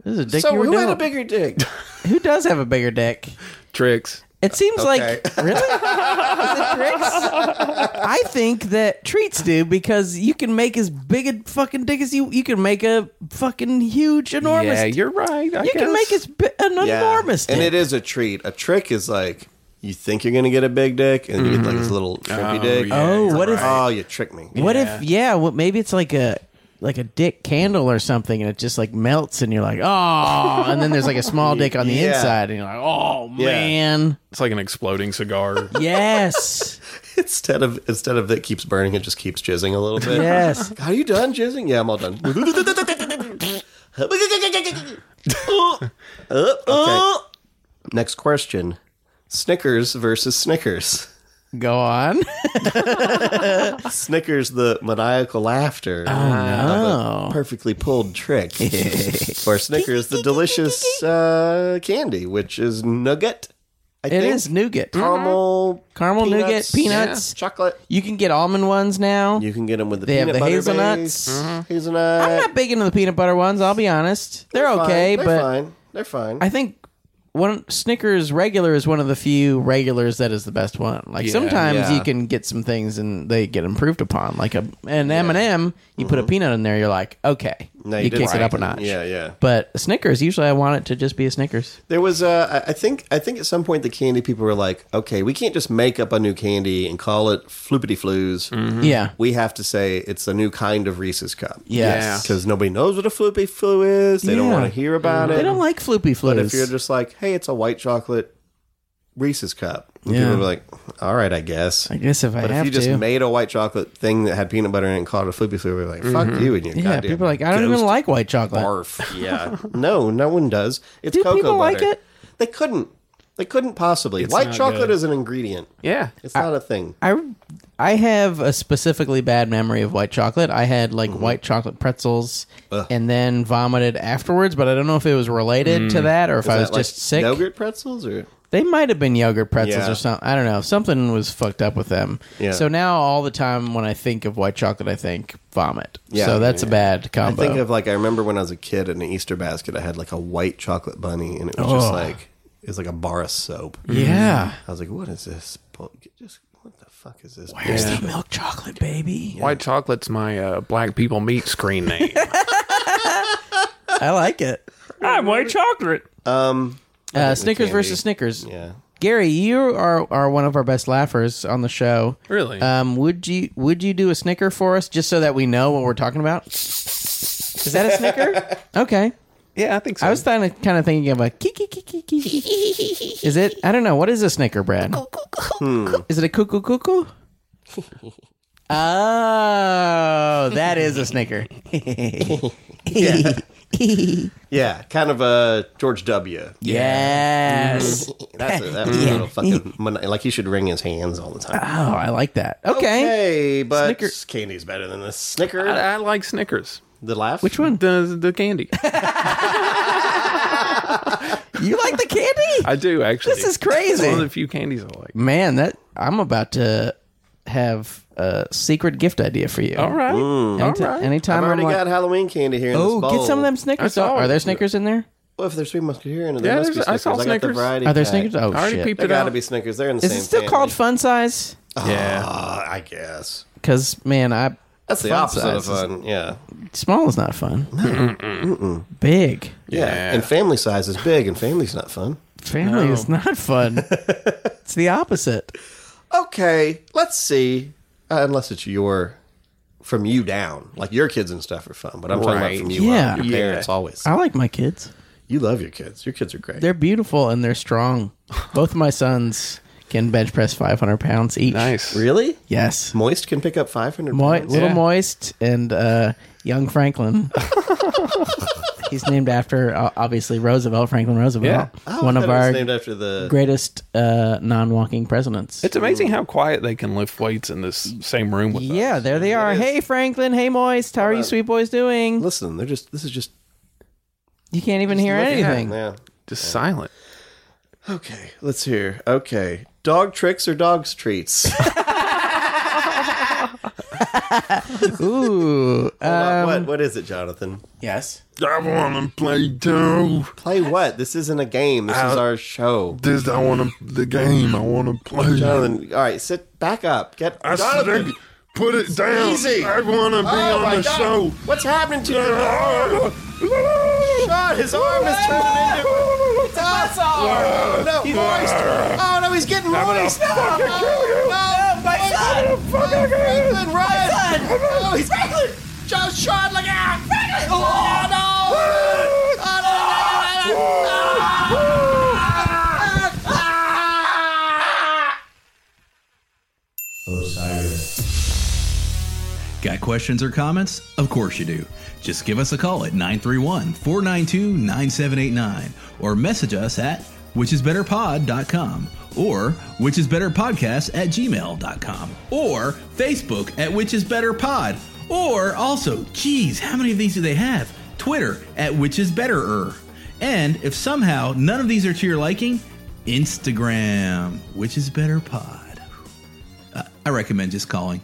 Speaker 5: This is a dick
Speaker 1: so
Speaker 5: you were
Speaker 1: who had a
Speaker 5: dealt.
Speaker 1: bigger dick?
Speaker 5: Who does have a bigger dick?
Speaker 4: Tricks.
Speaker 5: It seems like really. I think that treats do because you can make as big a fucking dick as you. You can make a fucking huge, enormous.
Speaker 4: Yeah, you're right. I
Speaker 5: you can
Speaker 4: guess.
Speaker 5: make as bi- an enormous dick.
Speaker 1: And it is a treat. A trick is like you think you're gonna get a big dick, and you get like this little shrimpy
Speaker 5: Oh,
Speaker 1: dick.
Speaker 5: yeah, Oh, what
Speaker 1: what is?
Speaker 5: if-
Speaker 1: Oh, you tricked me.
Speaker 5: What if yeah, what maybe it's like a like a dick candle or something and it just like melts and you're like, "Oh." And then there's like a small dick on the
Speaker 4: Yeah.
Speaker 5: inside and you're like, "Oh,
Speaker 4: Yeah.
Speaker 5: man."
Speaker 4: It's like an exploding cigar.
Speaker 5: Yes.
Speaker 1: instead of instead of that keeps burning, it just keeps jizzing a little bit?
Speaker 5: Yes.
Speaker 1: Are you done jizzing? Yeah, I'm all done. okay. Uh, Next question: Snickers versus Snickers.
Speaker 5: Go on.
Speaker 1: Snickers, the maniacal laughter
Speaker 5: Oh,
Speaker 1: of a perfectly pulled trick, or Snickers, the delicious uh, candy, which is nugget. I
Speaker 5: It
Speaker 1: think
Speaker 5: is nougat.
Speaker 1: Caramel,
Speaker 5: Caramel
Speaker 1: peanuts,
Speaker 5: nougat, peanuts,
Speaker 1: yeah, chocolate.
Speaker 5: You can get almond ones now.
Speaker 1: You can get them with the
Speaker 5: They have
Speaker 1: peanut
Speaker 5: the
Speaker 1: butter
Speaker 5: hazelnuts.
Speaker 1: base, Hazelnut.
Speaker 5: I'm not big into the peanut butter ones. I'll be honest. They're,
Speaker 1: fine.
Speaker 5: okay,
Speaker 1: Uh, They're
Speaker 5: but
Speaker 1: fine. They're fine.
Speaker 5: I think one Snickers regular is one of the few regulars that is the best one. Like
Speaker 1: Yeah,
Speaker 5: sometimes
Speaker 1: yeah.
Speaker 5: you can get some things and they get improved upon. Like a an M and M, you put a peanut in there, you're like, okay,
Speaker 1: No,
Speaker 5: you,
Speaker 1: Mm-hmm. did
Speaker 5: kick
Speaker 1: right.
Speaker 5: it up a notch.
Speaker 1: Yeah, yeah.
Speaker 5: But Snickers, usually I want it to just be a Snickers.
Speaker 1: There was, uh, I- I think, I think at some point the candy people were like, "Okay, we can't just make up a new candy and call it floopity floos.
Speaker 5: Yeah.
Speaker 1: we have to say it's a new kind of Reese's cup.
Speaker 5: Yes. Yeah.
Speaker 1: because nobody knows what a floopy floo is. They don't
Speaker 5: Yeah.
Speaker 1: want to hear about it.
Speaker 5: They don't like floopy floos.
Speaker 1: But if you're just like, "Hey, it's a white chocolate Reese's cup,"
Speaker 5: Yeah.
Speaker 1: people are like, "All right, I guess."
Speaker 5: I guess if I
Speaker 1: But if
Speaker 5: have
Speaker 1: you just
Speaker 5: to.
Speaker 1: made a white chocolate thing that had peanut butter in it and called it a floopy floo, we're like, "Fuck you!" And your
Speaker 5: Mm-hmm. yeah,
Speaker 1: goddamn
Speaker 5: people are like, I don't
Speaker 1: ghost
Speaker 5: even like white chocolate.
Speaker 1: barf. Yeah. no, no one does. It's
Speaker 5: Do
Speaker 1: cocoa
Speaker 5: people like
Speaker 1: butter.
Speaker 5: it?
Speaker 1: They couldn't. They couldn't possibly.
Speaker 4: It's
Speaker 1: White
Speaker 4: not
Speaker 1: chocolate
Speaker 4: good.
Speaker 1: is an ingredient.
Speaker 4: Yeah.
Speaker 1: It's not a thing.
Speaker 5: I I have a specifically bad memory of white chocolate. I had like
Speaker 1: Mm-hmm.
Speaker 5: white chocolate pretzels and then vomited afterwards, but I don't know if it was related to that or if I
Speaker 1: Mm. Is
Speaker 5: was
Speaker 1: that like
Speaker 5: just sick.
Speaker 1: Yogurt pretzels or
Speaker 5: They might have been yogurt pretzels
Speaker 1: Yeah.
Speaker 5: or something. I don't know. Something was fucked up with them.
Speaker 1: Yeah.
Speaker 5: So now all the time when I think of white chocolate, I think vomit.
Speaker 1: Yeah.
Speaker 5: so that's a bad
Speaker 1: I
Speaker 5: combo.
Speaker 1: think of like I remember when I was a kid in an Easter basket I had like a white chocolate bunny and it was just
Speaker 5: Oh.
Speaker 1: like it was like a bar of soap.
Speaker 5: yeah.
Speaker 1: I was like, what is this? Bu- Just what the fuck is this?
Speaker 5: Where's the milk chocolate, baby?
Speaker 4: White chocolate's my uh, black people meat screen name.
Speaker 5: Uh, I like it.
Speaker 4: I'm white chocolate.
Speaker 1: Um
Speaker 5: Uh, Snickers
Speaker 1: candy.
Speaker 5: versus Snickers.
Speaker 1: yeah.
Speaker 5: Gary, you are, are one of our best laughers on the show.
Speaker 4: Really?
Speaker 5: Um, would you would you do a snicker for us just so that we know what we're talking about? Is that a snicker? Okay.
Speaker 4: yeah, I think so.
Speaker 5: I was kind of kind of thinking of a kiki kiki kiki. Is it? I don't know. What is a snicker, Brad?
Speaker 4: Hmm.
Speaker 5: Is it a cuckoo cuckoo? Oh, that is a snicker.
Speaker 1: Yeah, kind of a George W.
Speaker 5: Yes.
Speaker 4: Mm.
Speaker 5: Oh,
Speaker 1: That's a, that was a little fucking mon- like he should wring his hands all the time.
Speaker 5: Oh, I like that. Okay.
Speaker 1: Hey, but
Speaker 5: Snicker-
Speaker 1: candy's better than this. Snicker,
Speaker 4: I, I like Snickers.
Speaker 1: the laugh.
Speaker 5: Which one?
Speaker 4: The the candy.
Speaker 5: You like the candy?
Speaker 4: I do actually.
Speaker 5: This is crazy.
Speaker 4: It's one of the few candies I like.
Speaker 5: Man, that I'm about to have a secret gift idea for you.
Speaker 4: All right.
Speaker 5: Anytime,
Speaker 1: Hmm. I've
Speaker 5: anytime I'm
Speaker 1: already
Speaker 5: like,
Speaker 1: got Halloween candy here. In this
Speaker 5: oh,
Speaker 1: bowl.
Speaker 5: get some of them Snickers.
Speaker 4: That's all.
Speaker 5: Are there Snickers in there?
Speaker 1: Well, if there's three musketeers in it,
Speaker 4: Yeah,
Speaker 1: there must be
Speaker 4: there's-
Speaker 1: Snickers. I,
Speaker 4: I saw
Speaker 1: got the
Speaker 4: Snickers.
Speaker 1: variety.
Speaker 5: Are there
Speaker 1: pack.
Speaker 5: Snickers?
Speaker 4: I
Speaker 5: Oh,
Speaker 4: already
Speaker 5: shit.
Speaker 4: peeped
Speaker 1: There
Speaker 4: it
Speaker 1: got to
Speaker 4: out.
Speaker 1: be Snickers. They're in the
Speaker 5: Is
Speaker 1: same.
Speaker 5: it still
Speaker 1: family.
Speaker 5: called fun size?
Speaker 4: yeah.
Speaker 1: Uh, I guess
Speaker 5: Because man, I
Speaker 1: that's the
Speaker 5: Fun
Speaker 1: opposite of
Speaker 5: size is-
Speaker 1: fun. Yeah.
Speaker 5: small is not fun. Big
Speaker 1: yeah, And family size is big, and family's not fun.
Speaker 5: family is not fun. it's the opposite.
Speaker 1: Okay, let's see. Uh, unless it's your from you down, like your kids and stuff are fun, but I'm talking about
Speaker 4: Right.
Speaker 1: from you
Speaker 5: Yeah.
Speaker 1: up. Your
Speaker 4: Yeah.
Speaker 1: parents always.
Speaker 5: I like my kids.
Speaker 1: You love your kids. Your kids are great.
Speaker 5: They're beautiful and they're strong. Both of my sons can bench press 500 pounds each.
Speaker 4: Nice.
Speaker 1: really
Speaker 5: Yes.
Speaker 1: moist can pick up 500
Speaker 5: Mo-
Speaker 1: pounds?
Speaker 5: Little
Speaker 4: Yeah.
Speaker 5: Moist and uh, Young Franklin. He's named after uh, obviously Roosevelt, Franklin Roosevelt,
Speaker 1: Oh, I
Speaker 5: one
Speaker 1: always
Speaker 5: of
Speaker 1: thought it was
Speaker 5: our
Speaker 1: named after the
Speaker 5: greatest uh, non-walking presidents.
Speaker 4: It's amazing how quiet they can lift weights in this same room with
Speaker 5: yeah,
Speaker 4: us.
Speaker 5: there they are. Hey Franklin, hey Moist, how are you, sweet boys, doing?
Speaker 1: Listen, they're just. This is just
Speaker 5: You can't even hear
Speaker 1: looking at
Speaker 5: anything.
Speaker 1: them,
Speaker 4: Just silent.
Speaker 1: yeah. Okay, let's hear. Okay, dog tricks or dogs treats? Hold
Speaker 5: Ooh,
Speaker 1: on, what what is it, Jonathan?
Speaker 5: yes.
Speaker 7: I wanna play too.
Speaker 1: Play what? This isn't a game. This is our show.
Speaker 7: This I wanna the game. I wanna play.
Speaker 1: Jonathan, all right, sit back up. Get
Speaker 7: I
Speaker 1: Jonathan.
Speaker 7: said, put it down.
Speaker 1: Easy.
Speaker 7: I wanna be
Speaker 1: Oh,
Speaker 7: on
Speaker 1: my
Speaker 7: the
Speaker 1: God.
Speaker 7: show.
Speaker 1: What's happening to you? God, his arm is turning into. It's us arm. No, he's moist. Oh no, he's getting
Speaker 7: I'm gonna
Speaker 1: moist.
Speaker 7: fucking
Speaker 1: no,
Speaker 7: kill you. Oh,
Speaker 1: No, my son. Oh,
Speaker 7: gonna fucking kill you.
Speaker 1: Franklin, run. Oh, he's Franklin. Just shot like ah, Franklin. Oh, no. Oh, no, no, no, no,
Speaker 7: Oh,
Speaker 1: no. Ah, ah, ah.
Speaker 3: Got questions or comments? Of course you do. Just give us a call at 931 492 9789 or message us at whichisbetterpod.com or whichisbetterpodcast at gmail.com or Facebook at whichisbetterpod or also, geez, how many of these do they have? Twitter at whichisbetterer. And if somehow none of these are to your liking, Instagram, which is better pod. Uh, I recommend just calling